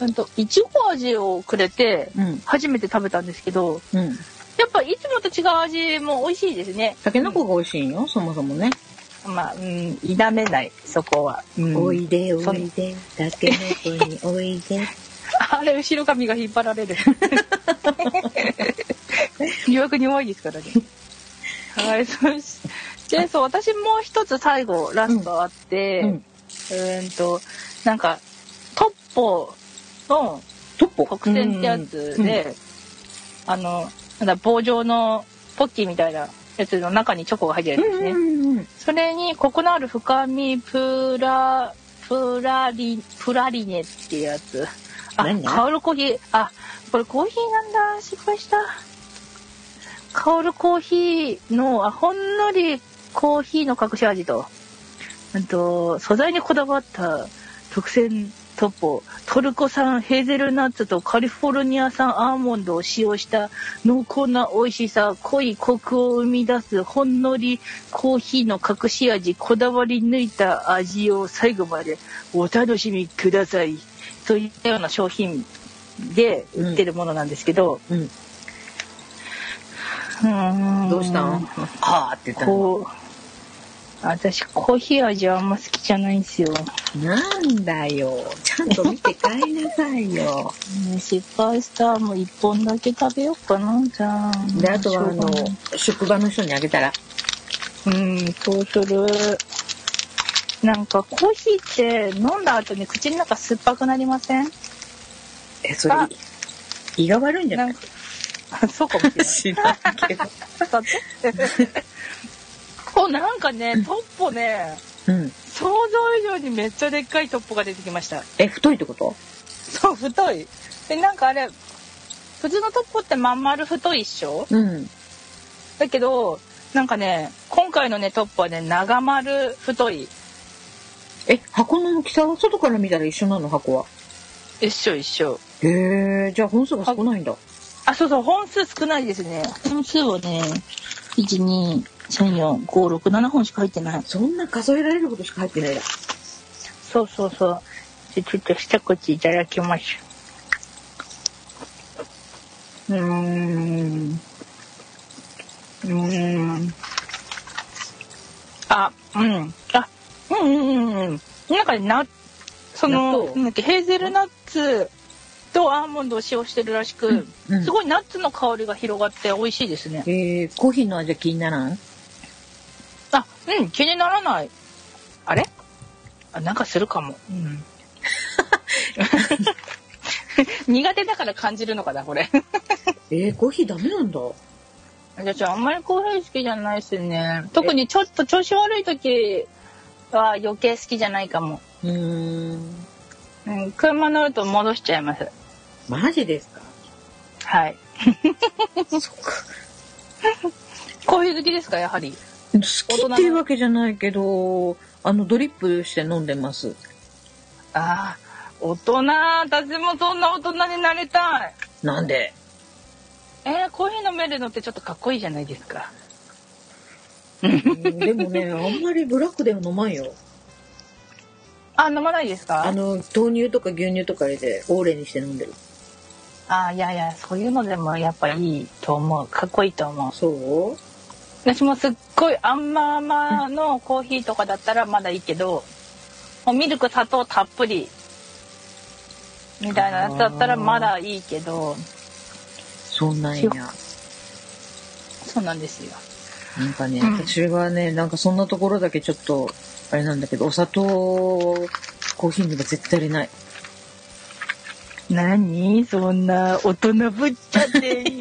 Speaker 5: うんといちご味をくれて
Speaker 4: うん、
Speaker 5: 初めて食べたんですけど
Speaker 4: うん。
Speaker 5: やっぱいつもと違う味も美味しいですね
Speaker 4: タケノコが美味しいんよ、そもそもね。
Speaker 5: まあうん否めないそこは、うん
Speaker 4: おいで、お
Speaker 5: そ
Speaker 4: いうで、タケノコにおいで。
Speaker 5: あれ後ろ髪が引っ張られる疑惑に弱いですからねはいそしてそう私もう一つ最後ラストあって、
Speaker 4: う
Speaker 5: うん
Speaker 4: うん
Speaker 5: ーんとなんかトッポの
Speaker 4: トッポ
Speaker 5: 国線ってやつで、あのなんだ棒状のポッキーみたいなやつの中にチョコが入ってるんですね、
Speaker 4: うん
Speaker 5: それにコクのある深みプラプラリプラリネっていうやつあ
Speaker 4: 何
Speaker 5: 香るコーヒーあこれコーヒーなんだ失敗した香るコーヒーのあほんのりコーヒーの隠し味とうんと素材にこだわった特選トッポトルコ産ヘーゼルナッツとカリフォルニア産アーモンドを使用した濃厚な美味しさ濃いコクを生み出すほんのりコーヒーの隠し味こだわり抜いた味を最後までお楽しみくださいといったような商品で売ってるものなんですけど、
Speaker 4: うんうん
Speaker 5: ーん
Speaker 4: どうしたんあーって言ったの。
Speaker 5: こう私コーヒー味はあんま好きじゃないんですよ
Speaker 4: なんだよ。ちゃんと見て買いなさいよ。
Speaker 6: ね
Speaker 5: 失敗したもう一本だけ食べようかなじゃあ
Speaker 4: で、あとは、あ
Speaker 5: しょう
Speaker 4: の
Speaker 5: がない、
Speaker 4: 職場の人にあげたら、
Speaker 5: うん、そうする。なんかコーヒーって飲んだ後に口の中酸っぱくなりません
Speaker 4: え、それ
Speaker 5: あ、
Speaker 4: 胃が悪いんじゃ
Speaker 5: な
Speaker 4: ない
Speaker 5: んか、 あそうかもしれない。
Speaker 4: 知らんけど。
Speaker 5: だって。 こうなんかね、トッポね、
Speaker 4: うん。
Speaker 5: 想像以上にめっちゃでっかいトッポが出てきました。
Speaker 4: え、太いってこと
Speaker 5: そう、太い。で、なんかあれ、普通のトッポってまん丸太いっしょ
Speaker 4: うん。
Speaker 5: だけど、なんかね、今回のね、トッポはね、長丸太い。
Speaker 4: え、箱の大きさは外から見たら一緒なの箱は。
Speaker 5: 一緒一緒。
Speaker 4: へえ、じゃあ本数が少ないんだ。
Speaker 5: あ、そうそう、本数少ないですね。
Speaker 6: 本数はね、1、2、3、4、5、6、7本しか入ってない。
Speaker 4: そんな数えられることしか入ってないだ。
Speaker 5: そうそうそう。じゃちょっと一口いただきましょう。うーん。うーん。あ、うん。あ、うんうんうんうん。なんかな、そ
Speaker 4: 納
Speaker 5: の、
Speaker 4: 豆
Speaker 5: なんだっけ、ヘーゼルナッツとアーモンドを使用してるらしく、
Speaker 4: うん
Speaker 5: すごいナッツの香りが広がって美味しいですね。
Speaker 4: えー、コーヒーの味は気にならん
Speaker 5: あ、うん、気にならない。あれあ、なんかするかも。うん。 苦手だから感じるのかな、これ。
Speaker 4: えー、コーヒーダメなんだ。
Speaker 5: 私、あんまりコーヒー好きじゃないですね。特にちょっと調子悪い時は余計好きじゃないかも。
Speaker 4: うーん。
Speaker 5: うん、車乗ると戻しちゃいます。
Speaker 4: マジですか
Speaker 5: はい。
Speaker 4: そっか。
Speaker 5: コーヒー好きですか、やはり。
Speaker 4: 好きっていうわけじゃないけど、あの、ドリップして飲んでます。
Speaker 5: ああ、大人、私もそんな大人になりたい。
Speaker 4: なんで
Speaker 5: えーコーヒー飲めるのってちょっとかっこいいじゃないですか。
Speaker 4: でもね、あんまりブラックでは飲まんよ。
Speaker 5: あ、飲まないですか
Speaker 4: あの、豆乳とか牛乳とか入れて、オーレにして飲んでる。
Speaker 5: あいやいやそういうのでもやっぱいいと思うかっこいいと思う
Speaker 4: そう
Speaker 5: 私もすっごい甘々のコーヒーとかだったらまだいいけどもうミルク砂糖たっぷりみたいなやつだったらまだいいけど
Speaker 4: そんなんや。
Speaker 5: そうなんです よ
Speaker 4: なんかね、
Speaker 5: うん
Speaker 4: 私はね、なんかそんなところだけちょっと、あれなんだけど、お砂糖、コーヒーには絶対入れない。
Speaker 5: 何そんな大人ぶっちゃって
Speaker 4: い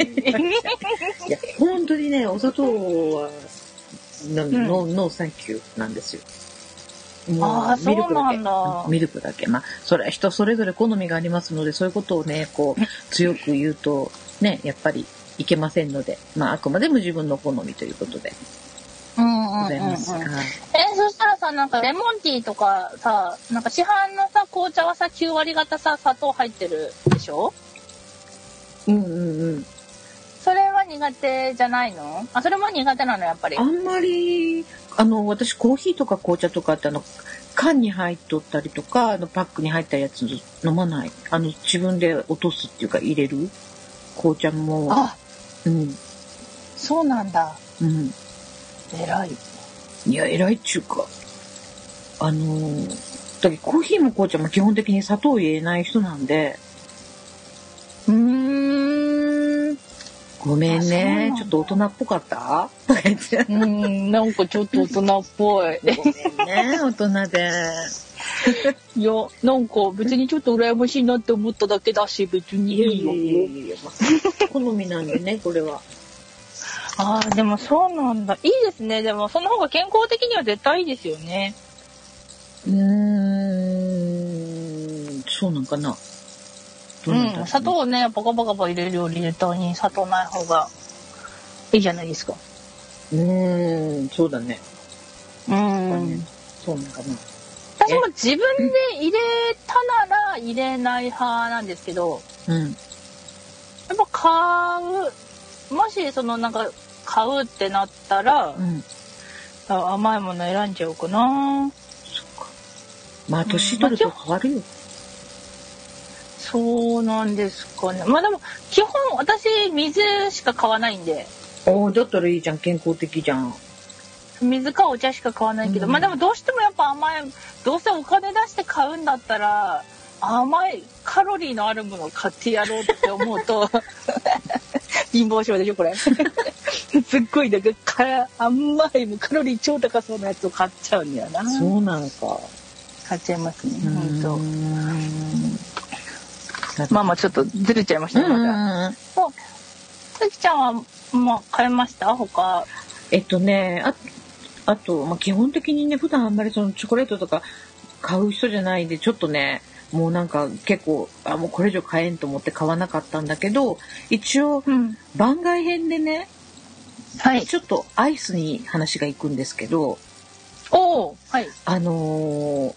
Speaker 4: や、本当にね、お砂糖は、なん
Speaker 5: ん
Speaker 4: ノーノーサンキューなんですよ。
Speaker 5: あ
Speaker 4: ミ
Speaker 5: ー
Speaker 4: ルクだけ
Speaker 5: そうなんだ
Speaker 4: ミルクだけ。まあ、それは人それぞれ好みがありますので、そういうことをね、こう、強く言うと、ね、やっぱりいけませんので、まあ、あくまでも自分の好みということで。
Speaker 6: うん
Speaker 4: ございますか。
Speaker 5: え、そしたらさ、なんかレモンティーとかさ、なんか市販のさ、紅茶はさ、9割方さ、砂糖入ってるでしょ
Speaker 4: うんうんうん。
Speaker 5: それは苦手じゃないのあ、それも苦手なの、やっぱり。
Speaker 4: あんまり、あの、私コーヒーとか紅茶とかってあの、缶に入っとったりとか、あの、パックに入ったやつ飲まない。あの、自分で落とすっていうか入れる紅茶も、
Speaker 5: あ、
Speaker 4: うん、
Speaker 5: そうなんだ。
Speaker 4: うん。
Speaker 5: 偉い。
Speaker 4: いや、偉いっちゅうか。あのー、だけどコーヒーも紅茶も基本的に砂糖を入れない人なんで、
Speaker 5: うーん。う
Speaker 4: ごめんね
Speaker 5: あ、
Speaker 4: ち
Speaker 5: そ
Speaker 4: ょっと大人っぽかったとか言って。
Speaker 9: うん、なんかちょっと大人っぽい。
Speaker 4: ごめんね、大人で。
Speaker 9: いや、なんか別にちょっと羨ましいなって思っただけだし、別に
Speaker 4: いや
Speaker 9: い
Speaker 4: いやい
Speaker 9: い
Speaker 4: や
Speaker 9: よ。
Speaker 4: いや、まあ好みなんでね、これは。
Speaker 5: あーでもそうなんだ。いいですね。でも、その方が健康的には絶対いいですよね。
Speaker 4: うーん、そうなんかな。ど
Speaker 5: う
Speaker 4: なんだろね
Speaker 5: ん。砂糖をね、パカパカパ入れるより絶対に砂糖ない方がいいじゃないですか。
Speaker 4: うーん、そうだね。
Speaker 5: うん。
Speaker 4: そうなんかな。
Speaker 5: 私も自分で入れたなら入れない派なんですけど、
Speaker 4: うん。
Speaker 5: やっぱ買う、もしそのなんか買うってなったら
Speaker 4: う、ん。
Speaker 5: あ甘いもの選んじゃおうかな。
Speaker 4: まあ、年取ると変わるよ。
Speaker 5: そうなんですかね。まあでも、基本私水しか買わないんで、
Speaker 4: おーだったらいいじゃん、健康的じゃん。
Speaker 5: 水かお茶しか買わないけど、
Speaker 4: うん
Speaker 5: まあでもどうしてもやっぱ甘い、どうせお金出して買うんだったら、甘いカロリーのあるものを買ってやろうって思うと、
Speaker 9: 貧乏症でしょ、これ。す っごい、だからから、甘い、もうカロリー超高そうなやつを買っちゃうんだよな。
Speaker 4: そうなんか。
Speaker 5: 買っちゃいますね。
Speaker 4: うん
Speaker 5: 本当。
Speaker 4: ま
Speaker 9: まあまあ、ちょっとずれちゃいまし
Speaker 4: う
Speaker 9: た
Speaker 4: ん
Speaker 9: ね、
Speaker 4: うんう
Speaker 9: ま
Speaker 4: ん
Speaker 9: だ。
Speaker 4: うん
Speaker 5: さきちゃんは、まあ、買いました他。
Speaker 4: えっとね、ああと、まあ、基本的にね、普段あんまりそのチョコレートとか買う人じゃないんで、ちょっとね、もうなんか結構、あ、もうこれ以上買えんと思って買わなかったんだけど、一応
Speaker 5: うん。
Speaker 4: 番外編でね、
Speaker 5: はい。
Speaker 4: ちょっとアイスに話が行くんですけど、
Speaker 5: おおはい。
Speaker 4: あのー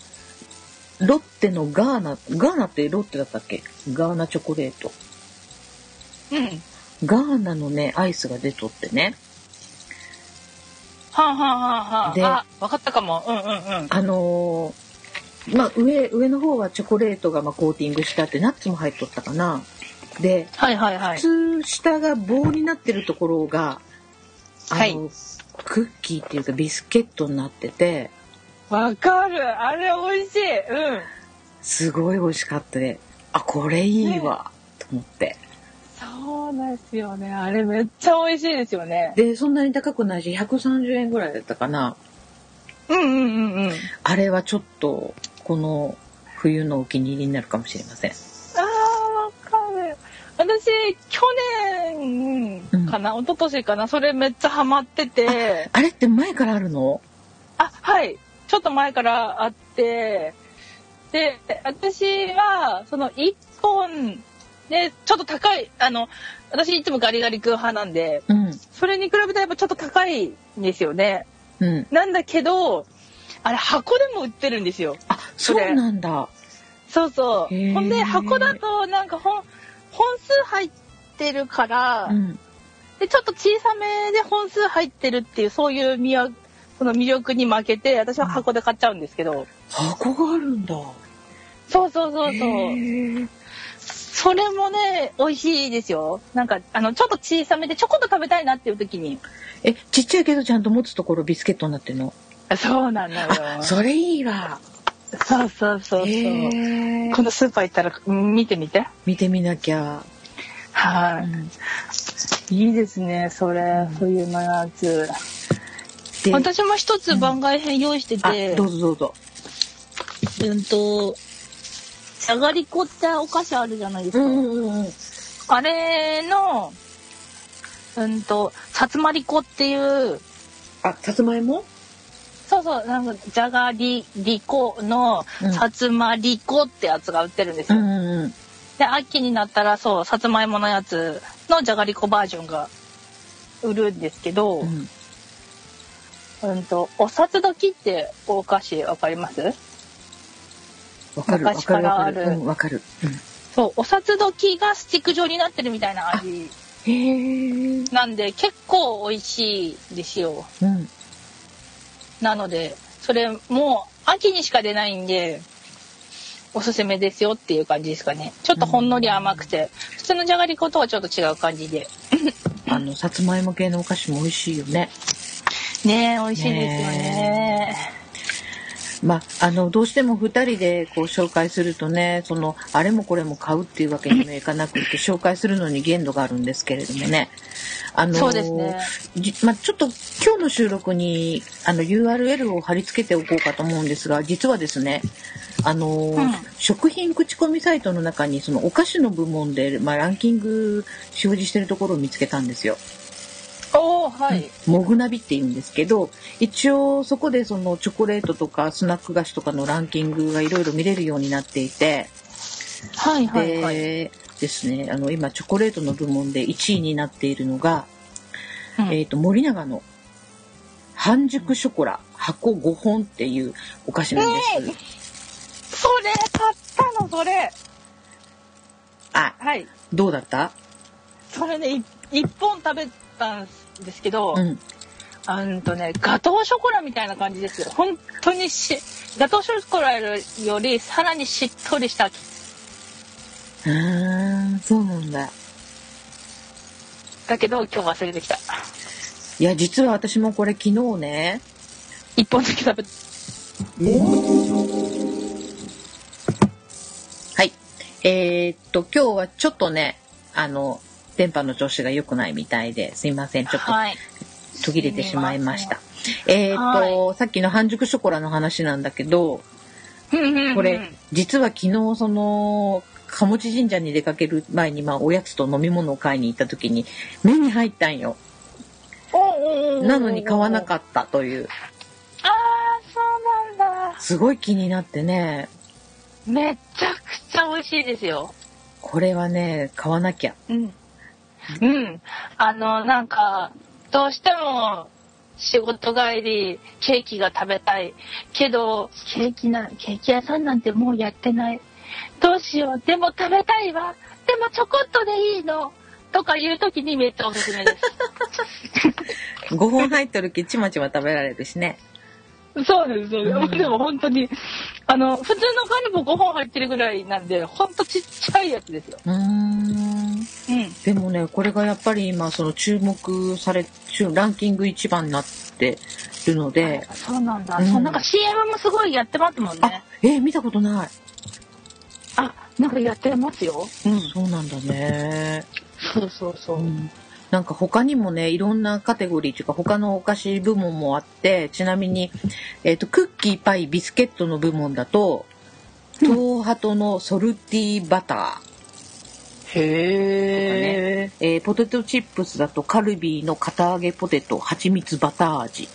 Speaker 4: ロッテのガーナ、ガーナってロッテだったっけガーナチョコレート。
Speaker 5: うん。
Speaker 4: ガーナのね、アイスが出とってね、
Speaker 5: はあ、はあはあは
Speaker 4: で
Speaker 5: あ、あ、わかったかも。うんうんうん。
Speaker 4: あのーまあ上、上の方はチョコレートがまあコーティングしてあって、ナッツも入っとったかな。で、
Speaker 5: はいはいはい。
Speaker 4: 普通下が棒になってるところが、あの、
Speaker 5: はい
Speaker 4: クッキーっていうかビスケットになってて、
Speaker 5: わかる。あれ美味しい。うん。
Speaker 4: すごい美味しかったで、あ、これいいわ、と思って。
Speaker 5: そうですよね。あれめっちゃ美味しいですよね。
Speaker 4: で、そんなに高くないし、130円ぐらいだったかな。
Speaker 5: うんうんうんうん。
Speaker 4: あれはちょっと、この冬のお気に入りになるかもしれません。
Speaker 5: ああ、わかる。私、去年かな、一昨年かな、それめっちゃハマって て、
Speaker 4: あれって前からあるの
Speaker 5: あ、はい。ちょっと前からあって、で、私は、その一本で、ちょっと高い、あの、私いつもガリガリ君派なんで、
Speaker 4: うん。
Speaker 5: それに比べたらやっぱちょっと高いんですよね。
Speaker 4: うん。
Speaker 5: なんだけど、あれ箱でも売ってるんですよ。
Speaker 4: あ、そ
Speaker 5: それ
Speaker 4: うなんだ。
Speaker 5: そうそ
Speaker 4: へー
Speaker 5: う。ほんで、箱だとなんか本、本数入ってるから、
Speaker 4: うん。
Speaker 5: で、ちょっと小さめで本数入ってるっていう、そういう魅力その魅力に負けて、私は箱で買っちゃうんですけど。
Speaker 4: 箱があるんだ。
Speaker 5: そうそうそう
Speaker 4: へ
Speaker 5: そう。
Speaker 4: ー
Speaker 5: それもね、美味しいですよ。なんか、あの、ちょっと小さめで、ちょこっと食べたいなっていう時に。
Speaker 4: え、ちっちゃいけどちゃんと持つところビスケットになってるの。
Speaker 5: そうなのよ。
Speaker 4: あ、それいいわ。
Speaker 5: そうそうそうそう。
Speaker 4: へー
Speaker 5: このスーパー行ったら、うん見てみて。
Speaker 4: 見てみなきゃ。
Speaker 5: は
Speaker 4: ん
Speaker 5: い、いいですね、それ、冬のやつ。
Speaker 4: で、
Speaker 5: 私も一つ番外編用意して
Speaker 4: あ
Speaker 5: て、、
Speaker 4: どうぞどうぞ。
Speaker 5: うんと、じゃがりこってお菓子あるじゃないです
Speaker 4: う
Speaker 5: か。
Speaker 4: んうんうん。
Speaker 5: あれの、うんと、さつまりこっていう、
Speaker 4: あ、さつまいも
Speaker 5: そうそう、なんか、じゃがり、りこの
Speaker 4: うん、
Speaker 5: さつまりこってやつが売ってるんです
Speaker 4: う
Speaker 5: よ。
Speaker 4: んうんうん。
Speaker 5: で、秋になったら、そう、さつまいものやつのじゃがりこバージョンが売るんですけど、
Speaker 4: うん
Speaker 9: うんと、お札時ってお菓子わかります
Speaker 4: わかるわ
Speaker 9: 昔
Speaker 4: か
Speaker 9: か
Speaker 4: る
Speaker 9: ら
Speaker 4: わ
Speaker 9: あ
Speaker 4: か
Speaker 9: る
Speaker 4: るうんわかる
Speaker 9: そう、お札時がスティック状になってるみたいな味
Speaker 4: へえ
Speaker 9: なんで結構美味しいんですよ。
Speaker 4: うん
Speaker 9: なので、それもう秋にしか出ないんで、おすすめですよっていう感じですかね。ちょっとほんのり甘くて、普通のじゃがりことはちょっと違う感じで。
Speaker 4: あのさつまいも系のお菓子も美味しいよね
Speaker 9: ねえ、美味しいですよ
Speaker 4: ね
Speaker 9: ね。
Speaker 4: まあ、あのどうしても2人でこう紹介するとねそのあれもこれも買うっていうわけにもいかなくって紹介するのに限度があるんですけれどもね。あの
Speaker 9: そうですね
Speaker 4: じまあ、ちょっと今日の収録にあの URL を貼り付けておこうかと思うんですが実はですねあの、食品口コミサイトの中にそのお菓子の部門で、まあ、ランキング表示してるところを見つけたんですよ。
Speaker 9: おおはい。
Speaker 4: モグナビって言うんですけど一応そこでそのチョコレートとかスナック菓子とかのランキングがいろいろ見れるようになっていて、
Speaker 9: はい
Speaker 4: で
Speaker 9: はいはい。
Speaker 4: ですねあの今チョコレートの部門で1位になっているのが、
Speaker 9: うん
Speaker 4: えー、と森永の半熟ショコラ箱5本っていうお菓子なんです。
Speaker 9: それ買ったの、それ。
Speaker 4: あ
Speaker 9: はい。
Speaker 4: どうだった、
Speaker 9: それね、い一本食べたんですけど、
Speaker 4: うん、
Speaker 9: あんとね、ガトーショコラみたいな感じですよ。本当にし、ガトーショコラよりさらにしっとりした。
Speaker 4: あーそうなんだ。
Speaker 9: だけど、今日忘れてきた。
Speaker 4: いや実は私もこれ昨日ね
Speaker 9: 一本だけ食べ
Speaker 4: はい。えーっと、今日はちょっとね、あの、電波の調子が良くないみたいですいません。ちょっ
Speaker 9: はい。
Speaker 4: と途切れてしまいました。えーっと、さっきの半熟ショコラの話なんだけど、こ
Speaker 9: こ
Speaker 4: れ、実は昨日その、鴨地神社に出かける前に、まあ、おやつと飲み物を買いに行った時に、目に入ったんよ。なのに買わな
Speaker 9: っ
Speaker 4: かったという、
Speaker 9: た。ああ、そうなんだ。
Speaker 4: すごい気になってね、
Speaker 9: めちゃくちゃ美味しいですよ。
Speaker 4: これはね、買わなきゃ。
Speaker 9: うん。うん。あの、なんか、どうしても仕事帰り、ケーキが食べたい。けど、ケーキな、ケーキ屋さんなんてもうやってない。どうしよう。でも食べたいわ。でもちょこっとでいいの。とかいう時にめっちゃおすすめです。
Speaker 4: 5本入ってるけちまちま食べられるしね。
Speaker 9: そうです、そう
Speaker 4: うん
Speaker 9: でも本当に、あの、普通のカルボ5本入ってるぐらいなんで、ほんとちっちゃいやつですよ。
Speaker 4: うーん。
Speaker 9: うん。
Speaker 4: でもね、これがやっぱり今、その注目され、注ランキング一番になってるので、
Speaker 9: そうなんだ。
Speaker 4: うん
Speaker 9: そうなんか CM もすごいやってますもんね。
Speaker 4: え、見たことない。
Speaker 9: あ、なんかやってますよ。うん。
Speaker 4: そうなんだね。
Speaker 9: そうそうそう。
Speaker 4: なんか他にもね、いろんなカテゴリーというか、他のお菓子部門もあって、ちなみに、えっ、と、クッキー、パイ、ビスケットの部門だと、東ハトのソルティバタ
Speaker 9: へえ。
Speaker 4: ー、えーポテトチップスだとカルビーの堅揚げポテト蜂蜜バター味。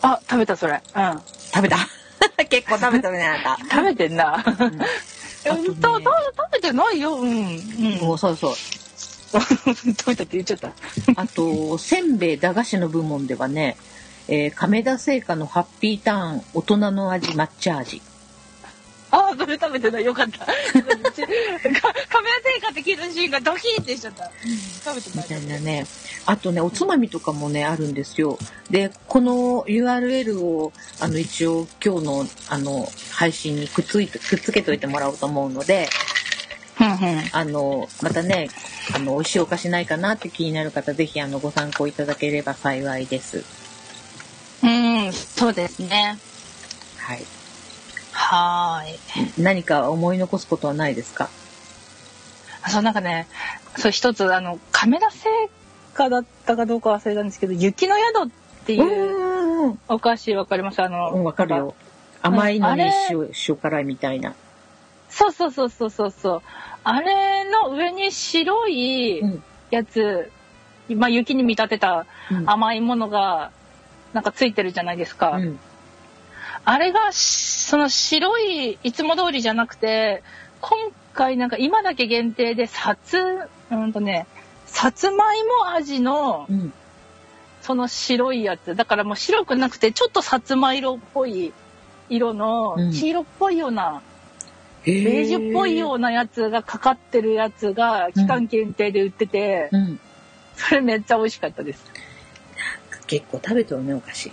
Speaker 9: あ、食べたそれ。うん。
Speaker 4: 食べた 結構食べたね、あなた。
Speaker 9: 食べてんな。うんん、
Speaker 4: とね
Speaker 9: 食べてないよ。うん。うん。
Speaker 4: もうそうそう。
Speaker 9: 食べたって言っちゃった。
Speaker 4: あと、せんべい、駄菓子の部門ではね、えー亀田製菓のハッピーターン、大人の味、抹茶味。
Speaker 9: あ、それ食べてない。よかった。か カメラ製菓って聞いた瞬間ドキンってしちゃった。食べて
Speaker 4: み
Speaker 9: ない。
Speaker 4: たいなね。あとね、おつまみとかもね、あるんですよ。で、この URL を、あの、一応今日の、あの、配信にくっついて、くっつけといてもらおうと思うので、あの、またね、あの、美味しいお菓子ないかなって気になる方、ぜひ、あの、ご参考いただければ幸いです。
Speaker 9: うん、そうですね。
Speaker 4: はい。
Speaker 9: はーい。
Speaker 4: 何か思い残すことはないですか
Speaker 9: あそうなんかねそう一つあの亀田製菓だったかどうか忘れたんですけど雪の宿っていう
Speaker 4: うん。
Speaker 9: お菓子わかりますあの、
Speaker 4: うん、わかるよ。甘いのに
Speaker 9: あれ
Speaker 4: 塩塩辛いみたいな。
Speaker 9: そうそうそうそうそうそうあれの上に白い
Speaker 4: うん
Speaker 9: やつ、まあ雪に見立てた
Speaker 4: うん
Speaker 9: 甘いものがなんかついてるじゃないですか、
Speaker 4: うん。
Speaker 9: あれがしその白いいつも通りじゃなくて今回なんか今だけ限定でさつうんとねさつまいも味の
Speaker 4: うん。
Speaker 5: その白いやつだからもう白くなくてちょっとさつま色っぽい色の
Speaker 4: うん
Speaker 5: 黄色っぽいような、
Speaker 10: ベ
Speaker 5: ベージュっぽいようなやつがかかってるやつが期間限定で売ってて、
Speaker 4: うん。
Speaker 5: それめっちゃ美味しかったです。
Speaker 10: 結構食べとるねお菓子
Speaker 5: い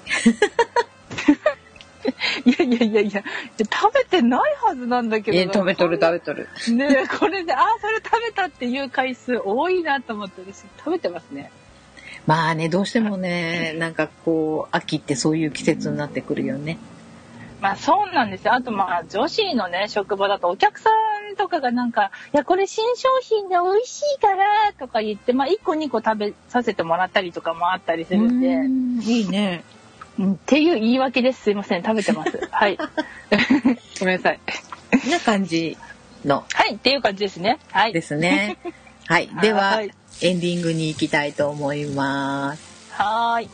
Speaker 5: やいやいやいや、食べてないはずなんだけど。
Speaker 4: え、食べとる食べとる。
Speaker 5: ねこれで、ああ、それ食べたっていう回数多いなと思って私食べてますね。
Speaker 4: まあね、どうしてもね、なんかこう、秋ってそういう季節になってくるよね。
Speaker 5: まあそうなんですよ。あとまあ女子のね、職場だとお客さんとかがなんか、いやこれ新商品が美味しいからとか言って、まあ1個2個食べさせてもらったりとかもあったりするんで、
Speaker 10: いいね
Speaker 5: うんっていう言い訳です。すいません。食べて ます。はい。ごめんなさい。
Speaker 10: こんな感じ
Speaker 4: の、
Speaker 5: はい。っていう感じですね。はい。
Speaker 4: ですね。はい。では、
Speaker 5: はい
Speaker 4: エンディングに行きたいと思います。
Speaker 5: はーい。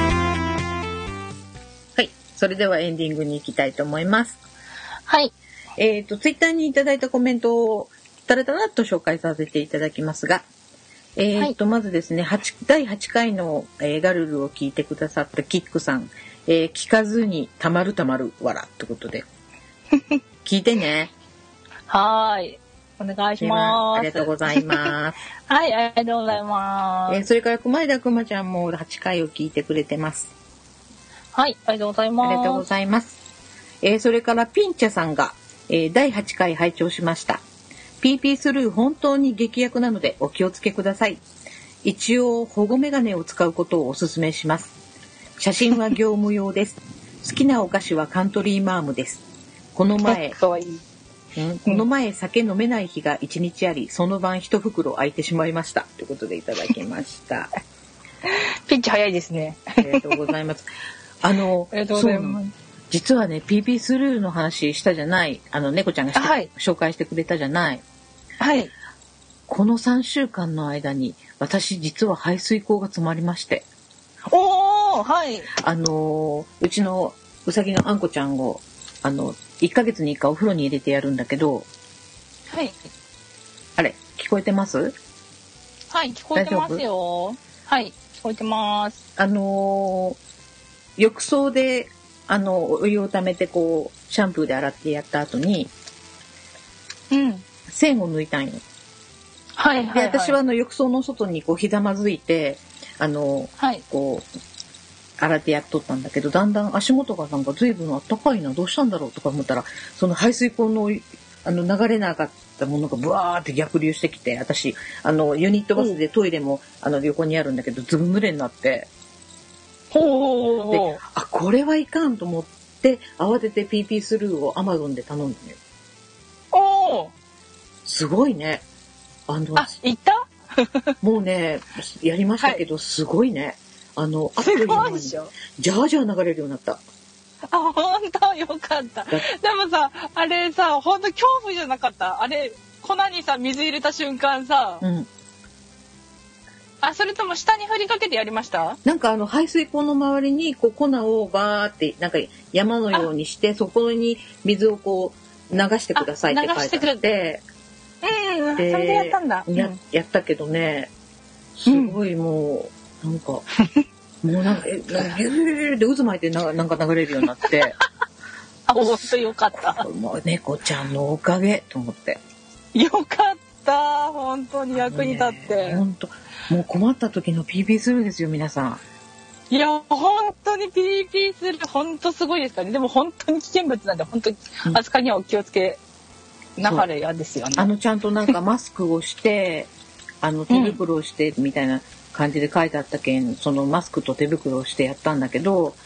Speaker 4: はい。それではエンディングに行きたいと思います。
Speaker 5: はい。
Speaker 4: えっ、と、ツイッターにいただいたコメントを、たらたらっと紹介させていただきますが、えっ、と、まずですね、八第8回の、えーガルルを聞いてくださったキックさん、えー聞かずにたまるたまるわらってこと で、聞いてね。
Speaker 5: はーい。お願いしま
Speaker 4: は
Speaker 5: す。
Speaker 4: ありがとうございます。
Speaker 5: はい、ありがとうございま
Speaker 4: え
Speaker 5: す。
Speaker 4: ーそれから、熊枝くまちゃんも8回を聞いてくれてます。
Speaker 5: はい、ありがとうござい
Speaker 4: あ
Speaker 5: ます。
Speaker 4: りがとうございます。えーそれからピンチャさんが、えー第8回拝聴しました。PP スルー本当に劇薬なのでお気をつけください。一応保護メガネを使うことをお勧めします。写真は業務用です。好きなお菓子はカントリーマームです。この 前、
Speaker 5: かわいい。
Speaker 4: うんこの前酒飲めない日が1日あり、その晩1袋空いてしまいました。ということでいただきま した。
Speaker 5: ピッチ早いですね。
Speaker 4: ありがとうございます。あの、
Speaker 5: ありがとうござい
Speaker 4: そうな
Speaker 5: ま
Speaker 4: の
Speaker 5: す。
Speaker 4: 実はね、PP スルーの話したじゃない、あの、猫ちゃんがして、
Speaker 5: あはい
Speaker 4: 紹介してくれたじゃない。
Speaker 5: はい。
Speaker 4: この3週間の間に、私実は排水口が詰まりまして、
Speaker 5: おー、はい。
Speaker 4: あのーうちのうさぎのあんこちゃんを、あの、1ヶ月に1回お風呂に入れてやるんだけど、
Speaker 5: はい。
Speaker 4: あれ、聞こえてます
Speaker 5: はい、聞こえてますよ。はい、聞こえてます。
Speaker 4: あのー浴槽で、あの、お湯を溜めて、こう、シャンプーで洗ってやった後に、
Speaker 5: うん。
Speaker 4: 線を抜いたんよ。
Speaker 5: はい、はい、
Speaker 4: で、私は、あの、浴槽の外に、こう、ひざまずいて、あの、
Speaker 5: はい。
Speaker 4: こう、洗ってやっとったんだけど、だんだん足元がなんか随分あったかいな、どうしたんだろうとか思ったら、その排水口の、あの、流れなかったものがブワーって逆流してきて、私、あの、ユニットバスでトイレも、あの、横にあるんだけど、ずぶ濡れになって、
Speaker 5: ほうほうほう。
Speaker 4: あ、これはいかんと思って、慌てて PP スルーを Amazon で頼んでね。
Speaker 5: おー。
Speaker 4: すごいね。あの、
Speaker 5: あ、行った
Speaker 4: もうね、やりましたけど、すごいね。あの、アプリの
Speaker 5: すごい
Speaker 4: 前
Speaker 5: で
Speaker 4: に
Speaker 5: しょ。
Speaker 4: ジャージャー流れるようになった。
Speaker 5: あ、ほんと、よかった。でもさ、あれさ、ほんと恐怖じゃなかった。あれ、粉にさ、水入れた瞬間さ、
Speaker 4: うん。
Speaker 5: あ、それとも下に振りかけてやりました
Speaker 4: なんかあの排水口の周りにこう粉をバーってなんか山のようにしてそこに水をこう流してくださいって書いてあ
Speaker 5: あ流してく
Speaker 4: っ
Speaker 5: れ
Speaker 4: て
Speaker 5: うん、うん、そ
Speaker 4: で
Speaker 5: れでやったんだ。う
Speaker 4: や
Speaker 5: ん
Speaker 4: やったけどねすごいもうなん か、もうなんかえなんかビュービュービューって渦巻いてななんか流れるようになって
Speaker 5: あ、ほんとよかっ た。
Speaker 4: もう猫ちゃんのおかげと思って
Speaker 5: よかった本当に役に立って、
Speaker 4: 本当もう困った時の PP するんですよ皆さん
Speaker 5: いや本当に PP する本当すごいですからねでも本当に危険物なんで本当に
Speaker 4: うん
Speaker 5: 扱いにはお気をつけなはれやですよね
Speaker 4: あのちゃんとなんかマスクを して、あの手袋をしてみたいな感じで書いてあったけん、そのマスクと手袋をしてやったんだけど、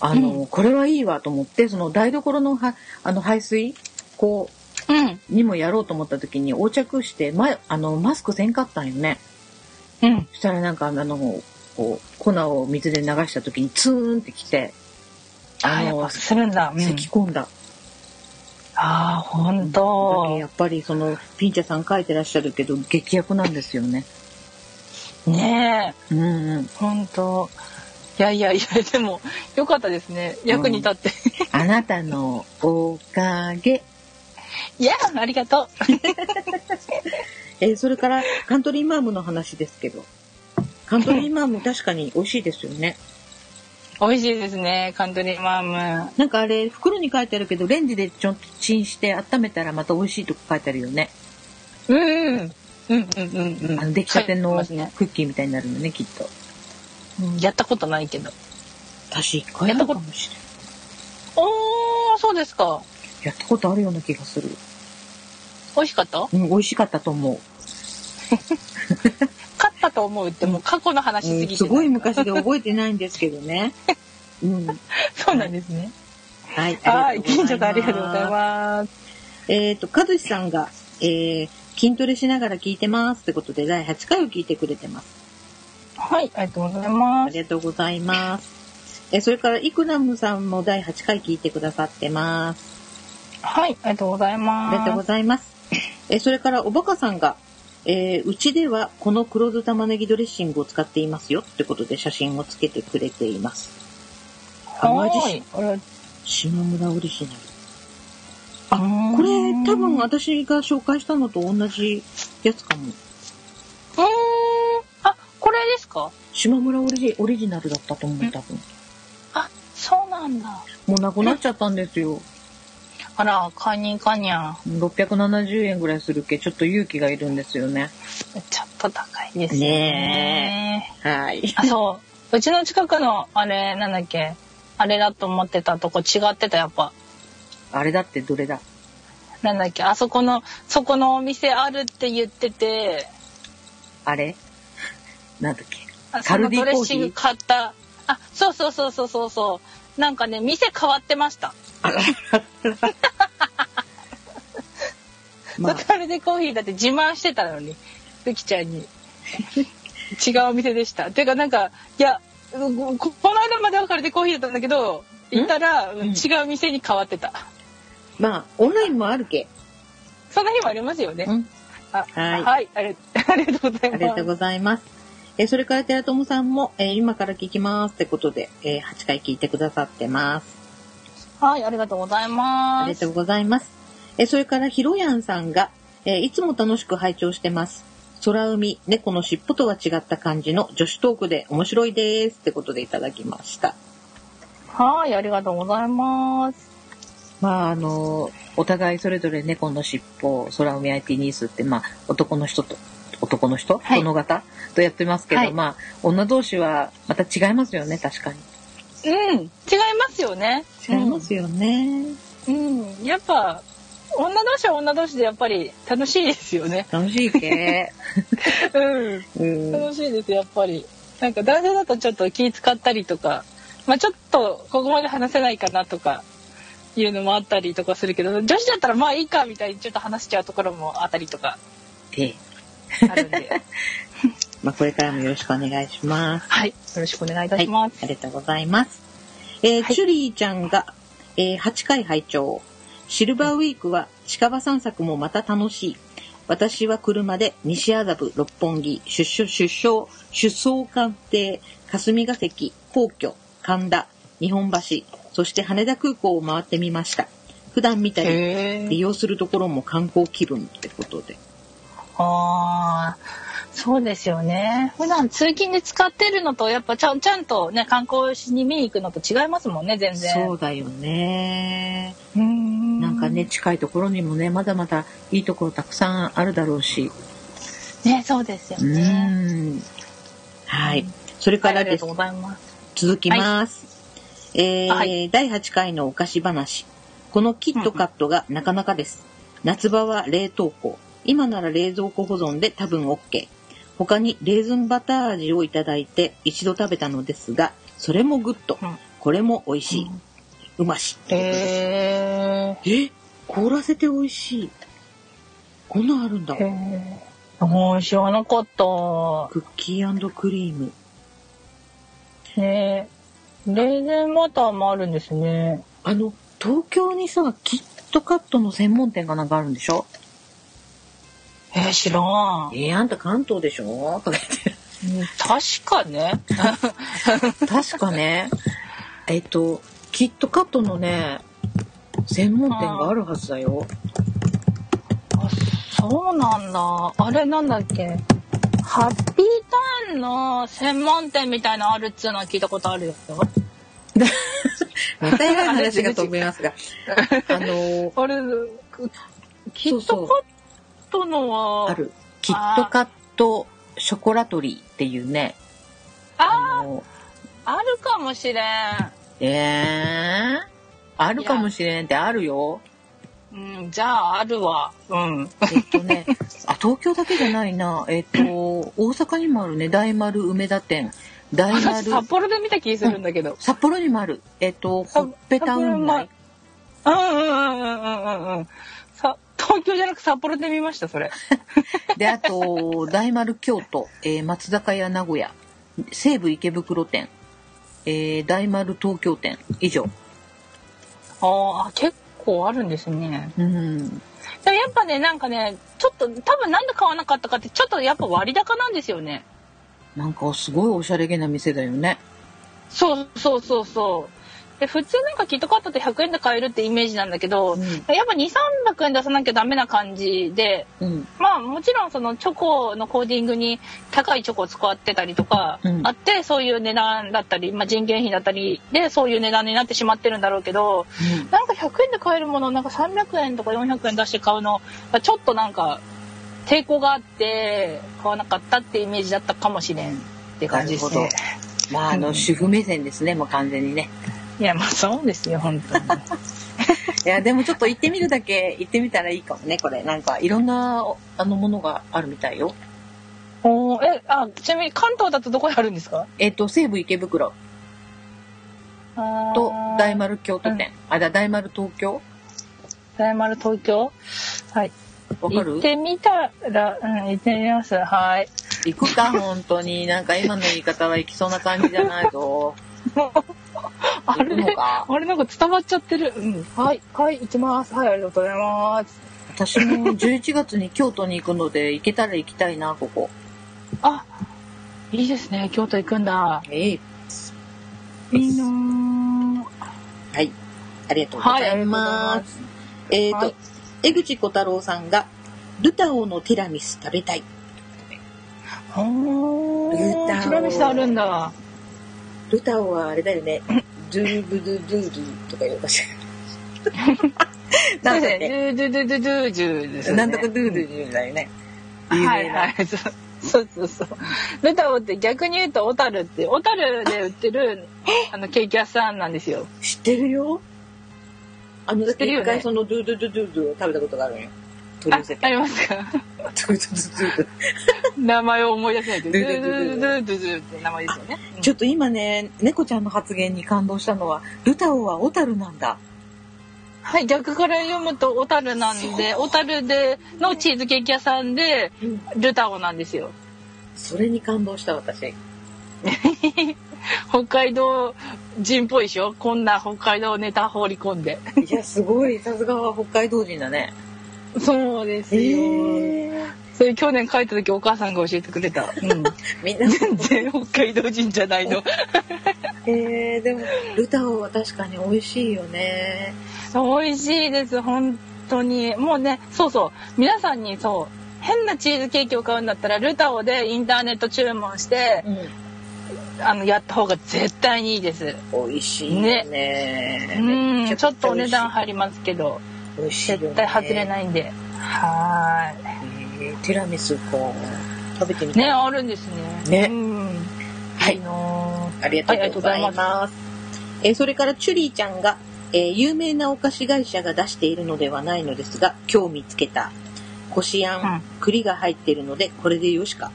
Speaker 4: あの、これはいいわと思って、その台所のはあの排水こ
Speaker 5: うん
Speaker 4: うにもやろうと思った時に横着して、ま、あの、マスクせんかったんよね。
Speaker 5: うん。
Speaker 9: そしたらなんかあの、こう、粉を水で流した時にツーンってきて、
Speaker 5: あ
Speaker 9: あ
Speaker 5: ーやっ
Speaker 9: の、
Speaker 5: ぱ
Speaker 9: 咳
Speaker 5: するんだ。うん
Speaker 9: き込んだ。
Speaker 5: ああ、ほん
Speaker 9: だけ
Speaker 5: と
Speaker 9: や。っぱりその、
Speaker 4: ピンチャーさん書いてらっしゃるけど、
Speaker 9: 劇薬なんですよね。
Speaker 5: ね
Speaker 9: うんうん。
Speaker 5: え、ほんと。いやいやいや、でも、よかったですね。役に立って。
Speaker 9: あなたのおかげ。
Speaker 5: いやありがとう。
Speaker 4: えーそれからカントリーマームの話ですけど、カントリーマーム確かに美味しいですよ ね。
Speaker 5: 美味しいですね、カントリーマーム。
Speaker 4: なんかあれ、袋に書いてあるけど、
Speaker 9: レンジでちょっとチンして温めたらまた美味しいとか書いてあるよね。
Speaker 5: うん。うんうんうん
Speaker 9: あ
Speaker 5: う
Speaker 9: の
Speaker 5: ん。
Speaker 9: 出来たての
Speaker 5: は
Speaker 9: ク
Speaker 5: いそうですね
Speaker 9: ッキーみたいになるのね、きっと。
Speaker 5: うんやったことないけど。
Speaker 4: 私一回やったこともしれない。
Speaker 5: おー、そうですか。
Speaker 9: やったことあるような気がする。
Speaker 5: 美味しかった
Speaker 9: うん、美味しかったと思う。
Speaker 5: 勝ったと思うってもう過去の話 すぎて、
Speaker 4: すごい。昔で覚えてないんですけど ね。うん。
Speaker 5: そうなんですね。
Speaker 4: はい。
Speaker 5: はい、近所さんありがとうござい
Speaker 4: す。
Speaker 5: ます。
Speaker 4: えっ、と、かずしさんが、えー筋トレしながら聞いてますってことで、第8回を聞いてくれてます。
Speaker 5: はい、ありがとうござい
Speaker 4: あ
Speaker 5: ます。
Speaker 4: りがとうございます。え、それから、イクラムさんも第8回聞いてくださってます。
Speaker 5: はい、ありがとうござい
Speaker 4: あ
Speaker 5: ます。
Speaker 4: りがとうございます。え、それから、おばかさんが、えーうちではこの黒酢玉ねぎドレッシングを使っていますよってことで写真をつけてくれています。淡路
Speaker 5: はい
Speaker 4: 島、
Speaker 5: あれ
Speaker 4: 島村オリジナル。
Speaker 5: うーん
Speaker 4: これ多分私が紹介したのと同じやつかも。
Speaker 5: うーん。あ、これですか
Speaker 9: 島村オリジオリジナルだったと思う、多分。
Speaker 5: あ、そうなんだ。
Speaker 9: もうなくなっちゃったんですよ。
Speaker 5: あら、カニカニャン。
Speaker 9: 670円ぐらいするけ、ちょっと勇気がいるんですよね。
Speaker 5: ちょっと高いです
Speaker 4: ね
Speaker 5: ね。
Speaker 4: はい。
Speaker 5: あ、そう。うちの近くの、あれ、なんだっけ。あれだと思ってたとこ違ってた、やっぱ。
Speaker 9: あれだってどれだ
Speaker 5: なんだっけ。あそこの、そこのお店あるって言ってて、
Speaker 9: あれ なんだっけ
Speaker 5: あ
Speaker 9: カ
Speaker 5: そ
Speaker 9: ル
Speaker 5: の
Speaker 9: ディ
Speaker 5: ドレ
Speaker 9: コ
Speaker 5: ッ
Speaker 9: ーヒ
Speaker 5: シング
Speaker 9: ー
Speaker 5: 買った。あ、そうそうそうそうそうそう。なんかね、店変わってました。
Speaker 4: まあ
Speaker 5: そうカルディコーヒーだって自慢してたのに、ゆきちゃんに。違うお店でした。ていうかなんか、いや、うんここの間まではカルディコーヒーだったんだけど、行ったら、うん違う店に変わってた。
Speaker 4: まあ、オンラインもあるけ。
Speaker 5: そんな日もありますよね。
Speaker 4: うん
Speaker 5: あ
Speaker 4: はい
Speaker 5: はいあり、 ありがとうござい
Speaker 4: あ
Speaker 5: ます。
Speaker 4: りがとうございます。え、それから寺友さんも、えー今から聞きますってことで、えー8回聞いてくださってます。
Speaker 5: はい、ありがとうござい
Speaker 4: あ
Speaker 5: ま
Speaker 4: りがと
Speaker 5: す。
Speaker 4: うございます。え、それからひろやんさんが、えーいつも楽しく拝聴してます。空海、猫の尻尾とは違った感じの女子トークで面白いですってことでいただきました。
Speaker 5: はい、ありがとうございます。
Speaker 9: まああのお互いそれぞれ猫の尻尾空海 IT ニースってまあ男の人と男の人、
Speaker 5: はい
Speaker 9: 殿方とやってますけど、
Speaker 5: はい
Speaker 9: まあ女同士はまた違いますよね確かに。
Speaker 5: うん、違いますよね。
Speaker 4: 違いますよね。
Speaker 5: うん、やっぱ、女同士は女同士でやっぱり楽しいですよね。
Speaker 9: 楽し いけ
Speaker 5: うん、
Speaker 4: うん。
Speaker 5: 楽しいです、やっぱり。なんか男性だとちょっと気使ったりとか、まあちょっとここまで話せないかなとか。いうのもあったりとかするけど女子だったらまあいいかみたいにちょっと話しちゃうところもあったりとか
Speaker 9: え
Speaker 5: あるん で
Speaker 4: まあ、これからもよろしくお願いします。
Speaker 5: はいよろしくお願いいたします、
Speaker 4: ありがとうございます。えーチュリーちゃんが、えー8回拝聴。シルバーウィークは近場散策もまた楽しい。私は車で西麻布、六本木、出所、出所、出走官邸、霞が関、皇居、神田、日本橋、そして羽田空港を回ってみました。普段見たり、
Speaker 5: へー
Speaker 4: 利用するところも観光気分ってことで。
Speaker 5: ああ、そうですよね。普段通勤で使ってるのと、やっぱちゃんちゃんとね、観光しに見に行くのと違いますもんね、全然。
Speaker 4: そうだよね。
Speaker 5: うん
Speaker 9: なんか。ね近いところにもねまだまだいいところたくさんあるだろうし。
Speaker 5: ね、そうですよ
Speaker 9: う
Speaker 5: ね。
Speaker 9: ん。
Speaker 4: はい。それ
Speaker 5: は
Speaker 4: か
Speaker 5: い、あ
Speaker 4: ら
Speaker 5: り
Speaker 4: で
Speaker 5: が
Speaker 4: す
Speaker 5: とうございます。
Speaker 4: 続きます、えー
Speaker 5: は
Speaker 4: 第8回のお菓子話このキットカットがなかなかです、夏場は冷凍庫今なら冷蔵庫保存で多分 OK 他にレーズンバター味をいただいて一度食べたのですがそれもグッド、
Speaker 5: うん
Speaker 4: これも美味しい、うまし
Speaker 5: へ
Speaker 4: え凍らせて美味しいこんなんあるんだ
Speaker 5: え。へもう知らなかった。
Speaker 4: クッキークリーム。
Speaker 5: ねえ。レーズンバターもあるんですね。
Speaker 4: あの、東京にさ、キットカットの専門店がなんかあるんでしょ
Speaker 5: えー、知らん。
Speaker 4: えー、あんた関東でしょとか言っ
Speaker 5: 確かね。
Speaker 4: て。確か ね、えっと、キットカットのね、専門店があるはずだよ。
Speaker 5: あそうなんだ。あれなんだっけ。ハッピーターンの専門店みたいなのあるっつうのは聞いたことあるよ。
Speaker 4: また偉い話が飛びますが。あの、
Speaker 5: あれ、
Speaker 4: キッ
Speaker 5: トカとのは、
Speaker 4: ある。キットカットショコラトリーっていうね。あの、
Speaker 5: あるかもしれん。
Speaker 11: えー、あるかもしれんってあるよ。
Speaker 5: うん、じゃああるわ。うん。
Speaker 11: えっとね、あ、東京だけじゃないな。えっと、大阪にもあるね。大丸梅田店。大
Speaker 5: 私
Speaker 11: 丸
Speaker 5: 札、幌で見た気するんだけど。
Speaker 11: 札幌にもある。えっと、ほっぺタウン内。
Speaker 5: うんうんうんうんうんうん。さ、東京じゃなく札幌で見ました、それ。
Speaker 11: で、あと、大丸京都、えー松坂屋名古屋、西武池袋店、えー大丸東京店、以上。
Speaker 5: ああ、結構あるんですね。
Speaker 11: うん。
Speaker 5: でもやっぱね、なんかね、ちょっと、多分なんで買わなかったかって、ちょっとやっぱ割高なんですよね。
Speaker 11: なんかすごいおしゃれげな店だよね。
Speaker 5: そうそうそうそう。で、普通なんかキットカットって100円で買えるってイメージなんだけど、
Speaker 11: うん
Speaker 5: やっぱ2、300円出さなきゃダメな感じで、
Speaker 11: うん。
Speaker 5: まあもちろんそのチョコのコーディングに高いチョコを使ってたりとか
Speaker 11: うん
Speaker 5: あって、そういう値段だったり、まあ、人件費だったりでそういう値段になってしまってるんだろうけど、なんか100円で買えるものをなんか300円とか400円出して買うのがちょっとなんか抵抗があって買わなかったってイメージだったかもしれんって感じです
Speaker 11: な
Speaker 5: ね
Speaker 11: る。まあ、あの、主婦目線ですね、もう完全にね。
Speaker 5: いやまあそうですよ本 当に。
Speaker 11: いや、でもちょっと行ってみるだけ、行ってみたらいいかもね、これ。なんか、いろんな、あの、ものがあるみたいよ。
Speaker 5: おーえあちなみに関東だとどこにあるんですか
Speaker 11: えっと、西武池袋と大丸京都店。あ、だ、大丸東京
Speaker 5: 大丸東京はい。
Speaker 11: わか
Speaker 5: 行っ
Speaker 11: る
Speaker 5: てみたら、うん、行ってみます。はい。
Speaker 11: 行くか、本当に。なんか今の言い方は行きそうな感じじゃないぞ。
Speaker 5: あ
Speaker 11: 行くの
Speaker 5: れ
Speaker 11: か。
Speaker 5: あれなんか伝わっちゃってる。うん。はい。はい、行きます。はい、ありがとうございます。
Speaker 11: 私も11月に京都に行くので、行けたら行きたいな、ここ。
Speaker 5: あ、いいですね。京都行くんだ。
Speaker 11: ええ。
Speaker 5: いいなぁ
Speaker 4: はい。ありがとうございます。えっ、と、
Speaker 5: はい
Speaker 4: 江口小太郎さんが、ルタオのティラミス食べたい。
Speaker 5: お
Speaker 4: 行った
Speaker 5: ー、ティラミスあるんだ。
Speaker 4: ルタオはあれだよね。ドゥーブドゥドゥードゥとか言うかしら。
Speaker 5: そ
Speaker 4: な
Speaker 5: う
Speaker 4: だっ
Speaker 5: んです
Speaker 4: け
Speaker 5: ね。ドゥドゥドゥドゥドゥですよね。
Speaker 4: なんとかドゥードゥードゥだよね。
Speaker 5: はいはい。そうそうそうそう。ルタオって逆に言うと小樽って、小樽で売ってるあのケーキ屋さんなんですよ。
Speaker 4: 知ってるよ。あの、だ
Speaker 5: てるよ
Speaker 4: 一
Speaker 5: ね
Speaker 4: 回そのドゥードゥドゥドゥドゥを食べたことがあるのよ。取り寄せて。
Speaker 5: ありますか
Speaker 4: ドゥードゥドゥドゥ
Speaker 5: 名前を思い出せないけど、
Speaker 4: ド
Speaker 5: ド
Speaker 4: ゥ
Speaker 5: ゥ
Speaker 4: ドゥ
Speaker 5: ド
Speaker 4: ドゥ
Speaker 5: ゥ
Speaker 4: ド
Speaker 5: ド
Speaker 4: ゥ
Speaker 5: ゥドゥドゥって名前ですよね。
Speaker 4: ドゥちょっと今ね、猫ちゃんの発言に感動したのは、ルタオは小樽なんだ。
Speaker 5: はい、逆から読むと小樽なんで、小樽でのチーズケーキ屋さんで、ルタオなんですよ。
Speaker 4: それに感動した私。
Speaker 5: 北海道人っぽいでしょこんな北海道ネタ放り込んで。
Speaker 4: いや、すごい。さすがは北海道人だね。
Speaker 5: そうですよ。それ去年帰った時お母さんが教えてくれた。うん、
Speaker 4: みんな、
Speaker 5: 全然北海道人じゃないの。
Speaker 4: えー、でも、ルタオは確かに美味しいよね。
Speaker 5: 美味しいです本当にもうねそうそう皆さんにそう変なチーズケーキを買うんだったらルタオでインターネット注文して
Speaker 4: う
Speaker 5: あのやった方が絶対にいいです
Speaker 4: ん。美味しいよね。
Speaker 5: うん
Speaker 4: め
Speaker 5: ちょっ
Speaker 4: く
Speaker 5: とお値段入りますけど
Speaker 4: 美味しいよね。
Speaker 5: 絶対外れないんではー
Speaker 4: えーティラミスか。食べてみ
Speaker 5: い
Speaker 4: たい。
Speaker 5: ねあるんです
Speaker 4: ね
Speaker 5: ねうん
Speaker 4: はい
Speaker 5: いの
Speaker 4: ありがとうございます。えーそれから、チュリーちゃんが、えー有名なお菓子会社が出しているのではないのですが、今日見つけた。こしあん、
Speaker 5: うん
Speaker 4: 栗が入っているので、これでよしか。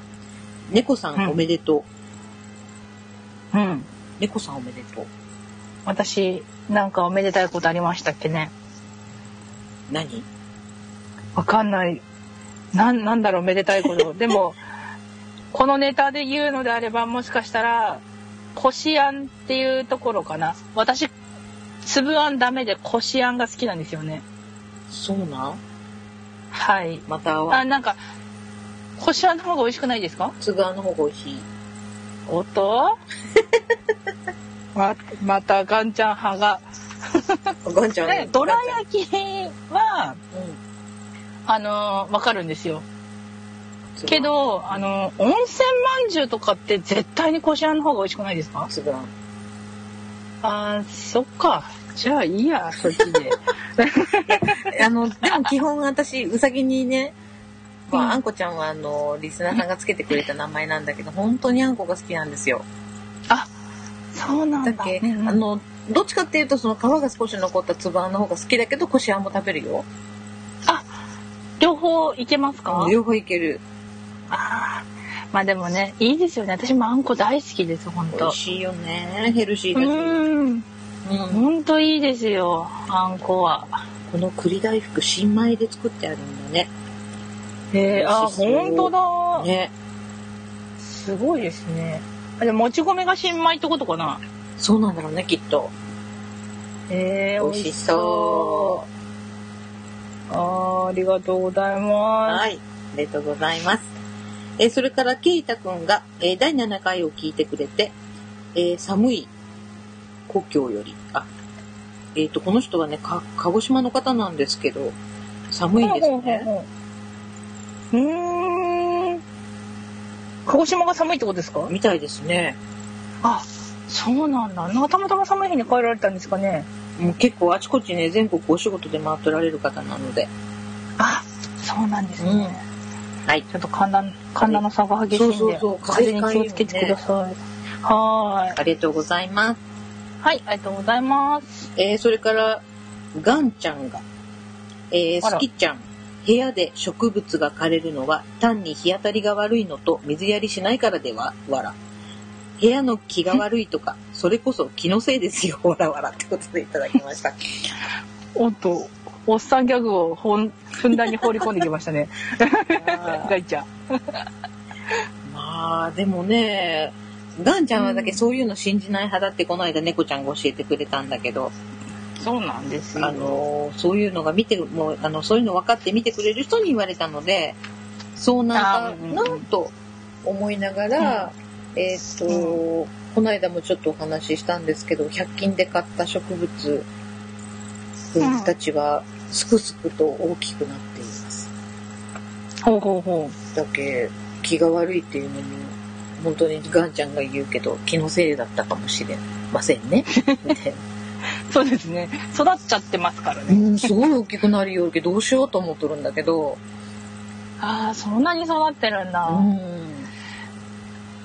Speaker 4: 猫さ
Speaker 5: うん
Speaker 4: んおめでとう。
Speaker 5: ーうん
Speaker 4: 猫さんおめでとう。
Speaker 5: 私なんかおめでたいことありましたっけね
Speaker 4: 何
Speaker 5: わかんないなんなんだろうめでた いことでもこのネタで言うのであればもしかしたらこしあんっていうところかな私粒あんダメでこしあんが好きなんですよね
Speaker 4: そうなん
Speaker 5: はい
Speaker 4: または
Speaker 5: あなんかこしあんの方が美味しくないですか
Speaker 4: つぶあんの方が美味しい
Speaker 5: おっと ままたガンちゃん派が
Speaker 4: ガンちゃん
Speaker 5: でどら焼きは
Speaker 4: う
Speaker 5: あのわかるんですよ
Speaker 4: ん
Speaker 5: けどあの温泉まんじゅうとかって絶対にこしあんの方が美味しくないですか
Speaker 4: つぶあん
Speaker 5: あーそっかじゃあいいやそっちで
Speaker 12: あの、でも基本私、うさぎにね、まあ、あんこちゃんはあの、リスナーさんがつけてくれた名前なんだけど、本当にあんこが好きなんですよ。
Speaker 5: そうな
Speaker 12: だ
Speaker 5: ん
Speaker 12: っ
Speaker 5: だ
Speaker 12: け、
Speaker 5: うん
Speaker 12: あの、どっちかっていうと、その皮が少し残ったつぶあんの方が好きだけど、こしあんも食べるよ。
Speaker 5: 両方いけますか
Speaker 12: 両方いける。
Speaker 5: あーまあでもねいいですよね私もあんこ大好きです本
Speaker 4: 美
Speaker 5: 当
Speaker 4: 味しいよねヘルシ
Speaker 5: う
Speaker 4: ーだし、
Speaker 5: ん
Speaker 4: うん
Speaker 5: 本当いいですよあんこは
Speaker 4: この栗大福新米で作ってあるんだね
Speaker 5: えー、あ
Speaker 4: 美味しそう
Speaker 5: 本当だ、
Speaker 4: ね
Speaker 5: すごいですねあでももち米が新米ってことかな
Speaker 4: そうなんだろうねきっと
Speaker 5: えー、
Speaker 4: 美味しそう
Speaker 5: あーありがとうございま
Speaker 4: はい。ありがとうございます。えーそれから、ケイタくんが、えー第7回を聞いてくれて、えー寒い故郷より、あ、えっ、と、この人はね、か、鹿児島の方なんですけど、寒
Speaker 5: す
Speaker 4: いです
Speaker 5: ほうほう
Speaker 4: ね。
Speaker 5: ほうほううーん鹿児島が寒いってことですか
Speaker 4: みたいですね。
Speaker 5: あそうなんだなんかたまたま寒い日に帰られたんですかね
Speaker 4: もう結構あちこちね、全国お仕事で回ってられる方なので。
Speaker 5: あそうなんですね、
Speaker 4: うんはい。
Speaker 5: ちょっと寒暖寒暖の差が激しいんで
Speaker 4: そうそうそう
Speaker 5: 風に気
Speaker 4: 風
Speaker 5: を
Speaker 4: に
Speaker 5: つけてください、はーい
Speaker 4: ありがとうございます。
Speaker 5: はいありがとうございます
Speaker 4: えーそれから、ガンちゃんが、えー
Speaker 5: あら
Speaker 4: 好きちゃん、部屋で植物が枯れるのは単に日当たりが悪いのと水やりしないからでは、わら。部屋の気が悪いとか、それこそ気のせいですよ、 わらわらってことでいただきま した。
Speaker 5: おっとおっさんギャグをほんふんだんに放り込んできました ねガイちゃん
Speaker 4: まあ、でもね、ガンちゃんはだけそういうの信じない派だってこの間猫ちゃんが教えてくれたんだけど、
Speaker 5: そうなんです
Speaker 4: あのーそういうのが見てもうあのそういうの分かって見てくれる人に言われたのでそうなんだな
Speaker 5: あーうんうん
Speaker 4: と思いながら、えーっ、と、この間もちょっとお話ししたんですけど100均で買った植物
Speaker 5: うん
Speaker 4: たちはすくすくと大きくなっています。
Speaker 5: ほうほうほ
Speaker 4: だけ気が悪いっていうのに本当にガンちゃんが言うけど気のせいだったかもしれませんね。みたいな
Speaker 5: うそうですね育っちゃってますから
Speaker 4: う
Speaker 5: ね
Speaker 4: んすごい大きくなるよけどどうしようと思っとるんだけど。
Speaker 5: ああそんなに育ってるんだ、
Speaker 4: うん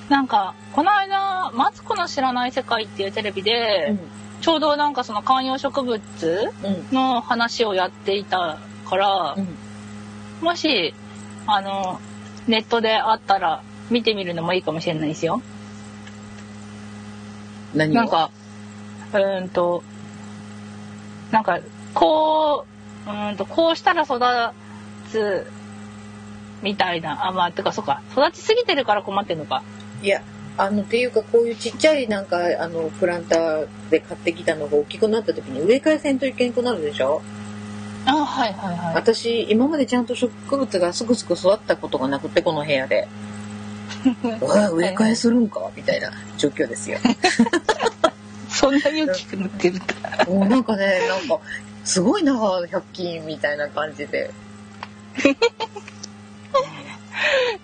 Speaker 5: なんかこの間「マツコの知らない世界」っていうテレビで、
Speaker 4: うん
Speaker 5: ちょうどなんかその観葉植物
Speaker 4: うん
Speaker 5: の話をやっていたから、
Speaker 4: うん
Speaker 5: もしあのネットであったら見てみるのもいいかもしれないですよ。
Speaker 12: 何を
Speaker 5: なん、かうーんとなんかこううーんとこうしたら育つみたいなあまあてかそうか育ちすぎてるから困ってんのか。
Speaker 4: いやあのっていうかこういうちっちゃいなんかあのプランターで買ってきたのが大きくなった時に植え替えせんといけんくなるでしょ、
Speaker 5: あはいはいはい。
Speaker 4: 私今までちゃんと植物がすくすく育ったことがなくてこの部屋でうわ植え替えするんかみたいな状況 ですよ
Speaker 5: そんなに大きくなってるんだ。
Speaker 4: もうなんかねなんかすごいな100均みたいな感じで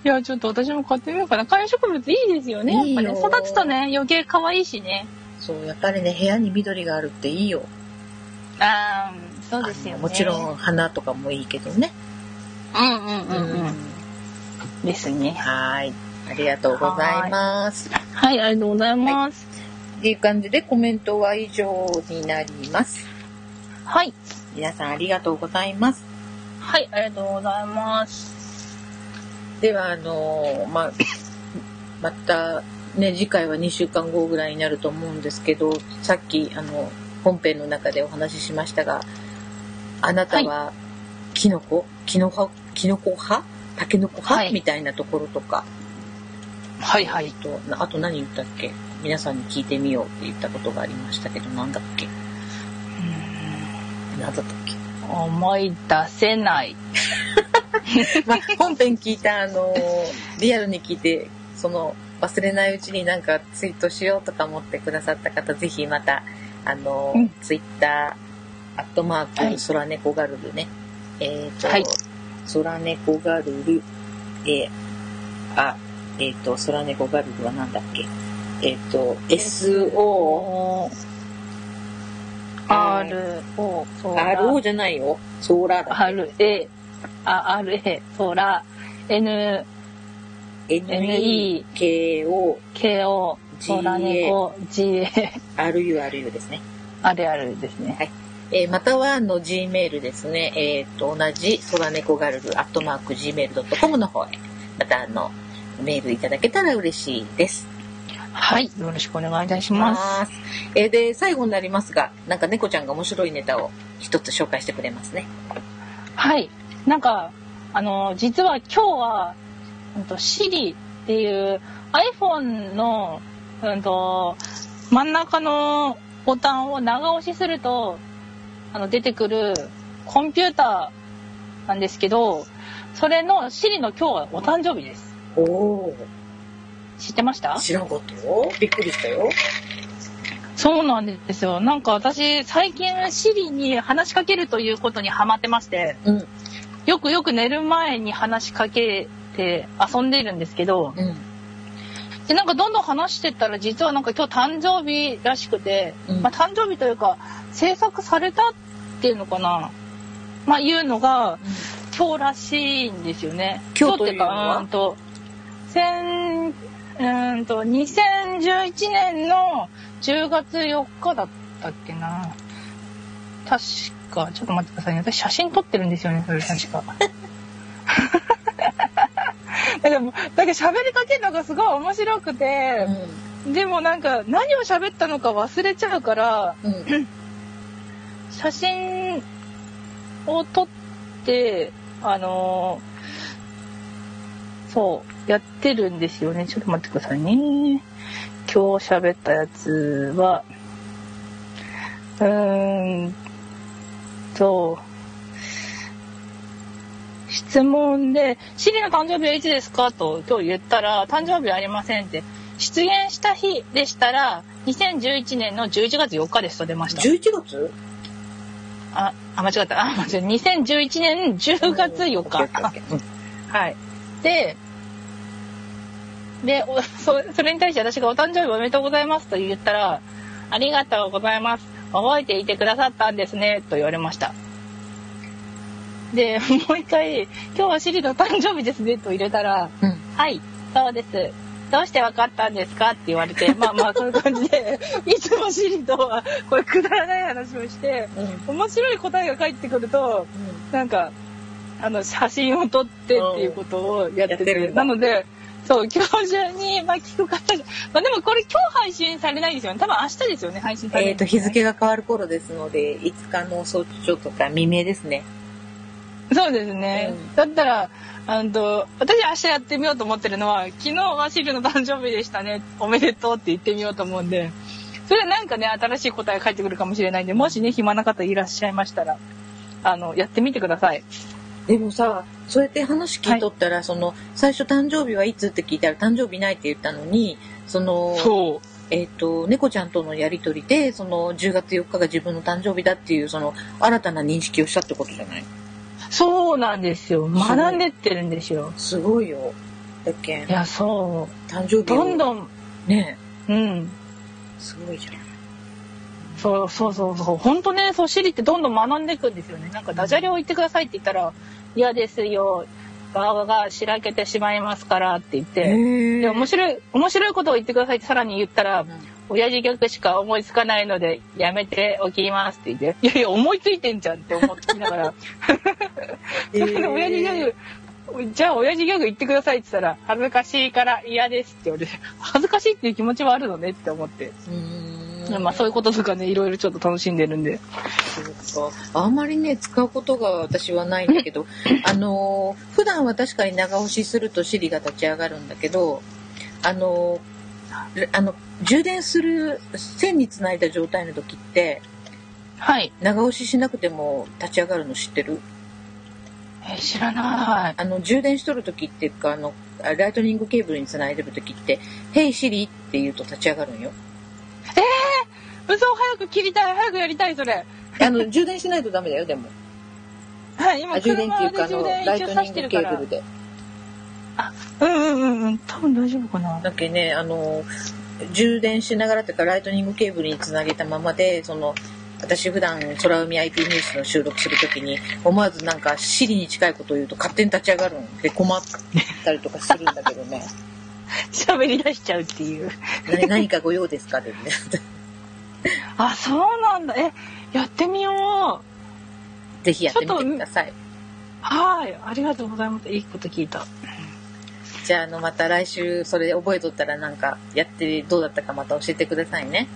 Speaker 5: いや、ちょっと私も買ってみようかな。観葉植物いいですよね。やっ
Speaker 4: いい
Speaker 5: ぱ
Speaker 4: よ
Speaker 5: ね、育つとね、余計可愛いしね。
Speaker 4: そうやっぱりね部屋に緑があるっていいよ
Speaker 5: ああ、そうですよ
Speaker 4: あ
Speaker 5: ね。
Speaker 4: のもちろん。花とかもいいけどね
Speaker 5: うんうんうんうん。ですね。
Speaker 4: はーいありがとうございます
Speaker 5: はい、ありがとうございます。
Speaker 4: っていう感じでコメントは以上になります。
Speaker 5: はい。
Speaker 4: 皆さんありがとうございます。
Speaker 5: はい、ありがとうございます。
Speaker 4: では、あのーまあ、 またね、次回は2週間後ぐらいになると思うんですけど、さっき、あの、本編の中でお話ししましたが、あなたは、キノコキノコ、キノコ派タケノコ派、
Speaker 5: はい
Speaker 4: みたいなところとか、
Speaker 5: はいはい。
Speaker 4: あとなあと何言ったっけ皆さんに聞いてみようって言ったことがありましたけど、なんだっけなんだったっけ
Speaker 5: 思い出せない。
Speaker 4: まあ、本編聞いた、あのーリアルに聞いて、その、忘れないうちになんかツイートしようとか思ってくださった方、ぜひまた、あのー
Speaker 5: うん
Speaker 4: ツイッター、アットマ
Speaker 5: は
Speaker 4: ー
Speaker 5: い
Speaker 4: ク、空猫ガルルね。えっ、と、
Speaker 5: はい
Speaker 4: 空猫ガルル、
Speaker 13: えーあ、えっ、と、空猫ガルルはなんだっけえっ、と、SO、
Speaker 5: R, O, ソラ
Speaker 13: RO、じゃないよ。ソーラーだ。
Speaker 5: R, A, あ、R, A, ソラ、N,
Speaker 13: NEKO、
Speaker 5: K, O, ソラネコ、G, A,
Speaker 13: RURU ですね。
Speaker 5: あれあれですね。
Speaker 4: えーまたはあの G メールですね。えっ、と、同じ、空猫ガルル、アットマーク Gmail.com の方へ、またあの、メールいただけたら嬉しいです。
Speaker 5: はい。よろしくお願いいたします。
Speaker 4: す。えーで、最後になりますが、なんか猫ちゃんが面白いネタを一つ紹介してくれますね。
Speaker 5: はい。なんか、あの、実は今日は、うんと、Siri っていう iPhone の、うんと、真ん中のボタンを長押しすると、あの、出てくるコンピューターなんですけど、それの Siri の今日はお誕生日です。
Speaker 4: おお。
Speaker 5: 知ってました
Speaker 4: 知らんことびっくりしたよ。
Speaker 5: そうなんですよ。なんか私、最近 Siri に話しかけるということにハマってまして、
Speaker 4: うん
Speaker 5: よくよく寝る前に話しかけて遊んでいるんですけど、
Speaker 4: うん。
Speaker 5: でなんかどんどん話してったら実はなんか今日誕生日らしくて、
Speaker 4: うん
Speaker 5: まあ、誕生日というか制作されたっていうのかな、まあ、いうのが今日らしいんですよね。
Speaker 4: 今日というの
Speaker 5: 今
Speaker 4: は
Speaker 5: 日っていうかうーんと千うーんと2011年の10月4日だったっけな確かちょっと待ってくださいね私写真撮ってるんですよねそれ確か。だからもうだけど喋りかけるのがすごい面白くて、でもなんか何を喋ったのか忘れちゃうから
Speaker 4: うん。うん。
Speaker 5: 写真を撮ってあのーそうやってるんですよねちょっと待ってくださいね今日喋ったやつはうーんと質問で「シリの誕生日はいつですか?」と今日言ったら「誕生日はありません」って出現した日でしたら2011年の11月4日ですと出ました
Speaker 13: 11月
Speaker 5: あ、あ、間違った。あ、間違った。2011年10月4日。 はい。で、で、おそそれに対して私がお誕生日おめでとうございますと言ったら、ありがとうございます。覚えていてくださったんですね、と言われました。で、 もう一回、今日はシリの誕生日ですね、と入れたら、
Speaker 4: うん
Speaker 5: はい、そうです。どうして分かったんですかって言われて、まあまあ、そういう感じで、 いつもシリとは、こういうくだらない話をして、面白い答えが返ってくると、なんかあの写真を撮ってっていうことをやってて,、
Speaker 4: うん
Speaker 5: なのでそう今日中に、まあ、聞く方が、まあ、でもこれ今日配信されないですよね多分明日ですよね配信される
Speaker 4: えっ、と、日付が変わる頃ですので、5日の早朝とか未明ですね。
Speaker 5: そうですね、だったらあの私明日やってみようと思ってるのは昨日はシルの誕生日でしたねおめでとうって言ってみようと思うんでそれでなんかね新しい答えが返ってくるかもしれないんでもしね暇な方いらっしゃいましたらあのやってみてください
Speaker 4: でもさそうやって話聞いとったら、その最初誕生日はいつって聞いたら誕生日ないって言ったのにその
Speaker 5: そう
Speaker 4: えっ、と猫ちゃんとのやり取りでその10月4日が自分の誕生日だっていうその新たな認識をしたってことじゃない
Speaker 5: そうなんですよ。学んでってるんですよ。
Speaker 4: すごいよだっけん
Speaker 5: いや、そ
Speaker 4: 誕生日を
Speaker 5: う。どんどん、
Speaker 4: ね
Speaker 5: うん。
Speaker 4: すごいじゃん
Speaker 5: そうそうそうそう。本当ね、そう、シリってどんどん学んでいくんですよね。なんかダジャレを言ってくださいって言ったら、嫌ですよ。顔がしらけてしまいますからって言って。
Speaker 4: へ
Speaker 5: で、面白い、面白いことを言ってくださいってさらに言ったら、親父ギャグしか思いつかないので、やめておきますって言って、いやいや、思いついてんじゃんって思ってながら、それで 親父ギャグ、じゃあ親父ギャグ言ってくださいって言ったら、恥ずかしいから嫌ですって言われて、恥ずかしいっていう気持ちはあるのねって思って。
Speaker 4: うーん
Speaker 5: まあそういうこととかねいろいろちょっと楽しんでるんで
Speaker 4: あんまりね使うことが私はないんだけ どあのー普段は確かに長押しするとシリが立ち上がるんだけどあのーれあの充電する線につないだ状態の時って
Speaker 5: はい
Speaker 4: 長押ししなくても立ち上がるの知ってる
Speaker 5: え知らない
Speaker 4: あの充電しとる時っていうかあのあライトニングケーブルにつないでる時って「ヘイシリ」って言うと立ち上がるんよ
Speaker 5: 嘘早く切りたい早くやりたいそれ
Speaker 8: あの、充電しないとダメだよ、でも。
Speaker 5: はい
Speaker 8: あ
Speaker 5: 今
Speaker 8: 充電ってい
Speaker 5: 車
Speaker 8: うか、あ
Speaker 5: で充
Speaker 8: の、
Speaker 5: 電
Speaker 8: ライ
Speaker 5: 一応
Speaker 8: ト
Speaker 5: 挿
Speaker 8: ニ
Speaker 5: し
Speaker 8: ン
Speaker 5: て
Speaker 8: グ
Speaker 5: る
Speaker 8: ケ
Speaker 5: か
Speaker 8: ーブ
Speaker 5: ら
Speaker 8: ルで。
Speaker 5: うんうんうんうん多分大丈夫かな
Speaker 4: だっけねあの充電しながらというかライトニングケーブルにつなげたままでその私普段空海 IP ニュースの収録するときに思わずなんか Siri に近いことを言うと勝手に立ち上がるんで困ったりとかするんだけどね
Speaker 5: 喋り出しちゃうっていう
Speaker 4: 何何かご用ですかってね
Speaker 5: あそうなんだえやってみよう
Speaker 4: ぜひやってみてください
Speaker 5: はいありがとうございますいいこと聞いた
Speaker 4: じゃああのまた来週それ覚えとったらなんかやってどうだったかまた教えてくださいね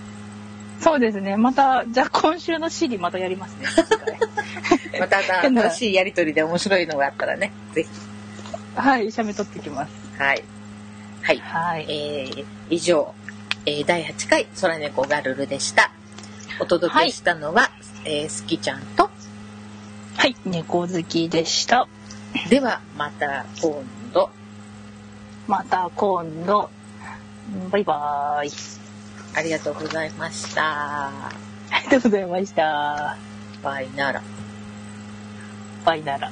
Speaker 5: そうですねまたじゃあ今週のシリまたやりますね
Speaker 4: また新しいやりとりで面白いのがあったらねぜひ
Speaker 5: はい喋っとってきます
Speaker 4: はいはい
Speaker 5: はい
Speaker 4: えー以上、えー第8回空猫ガルルでした。お届けしたのは、えースキちゃんと、
Speaker 5: はい猫好きでした
Speaker 4: ではまた今度。
Speaker 5: また今度バイバーイ
Speaker 4: ありがとうございました。
Speaker 5: ありがとうございました
Speaker 4: バイなら。
Speaker 5: バイなら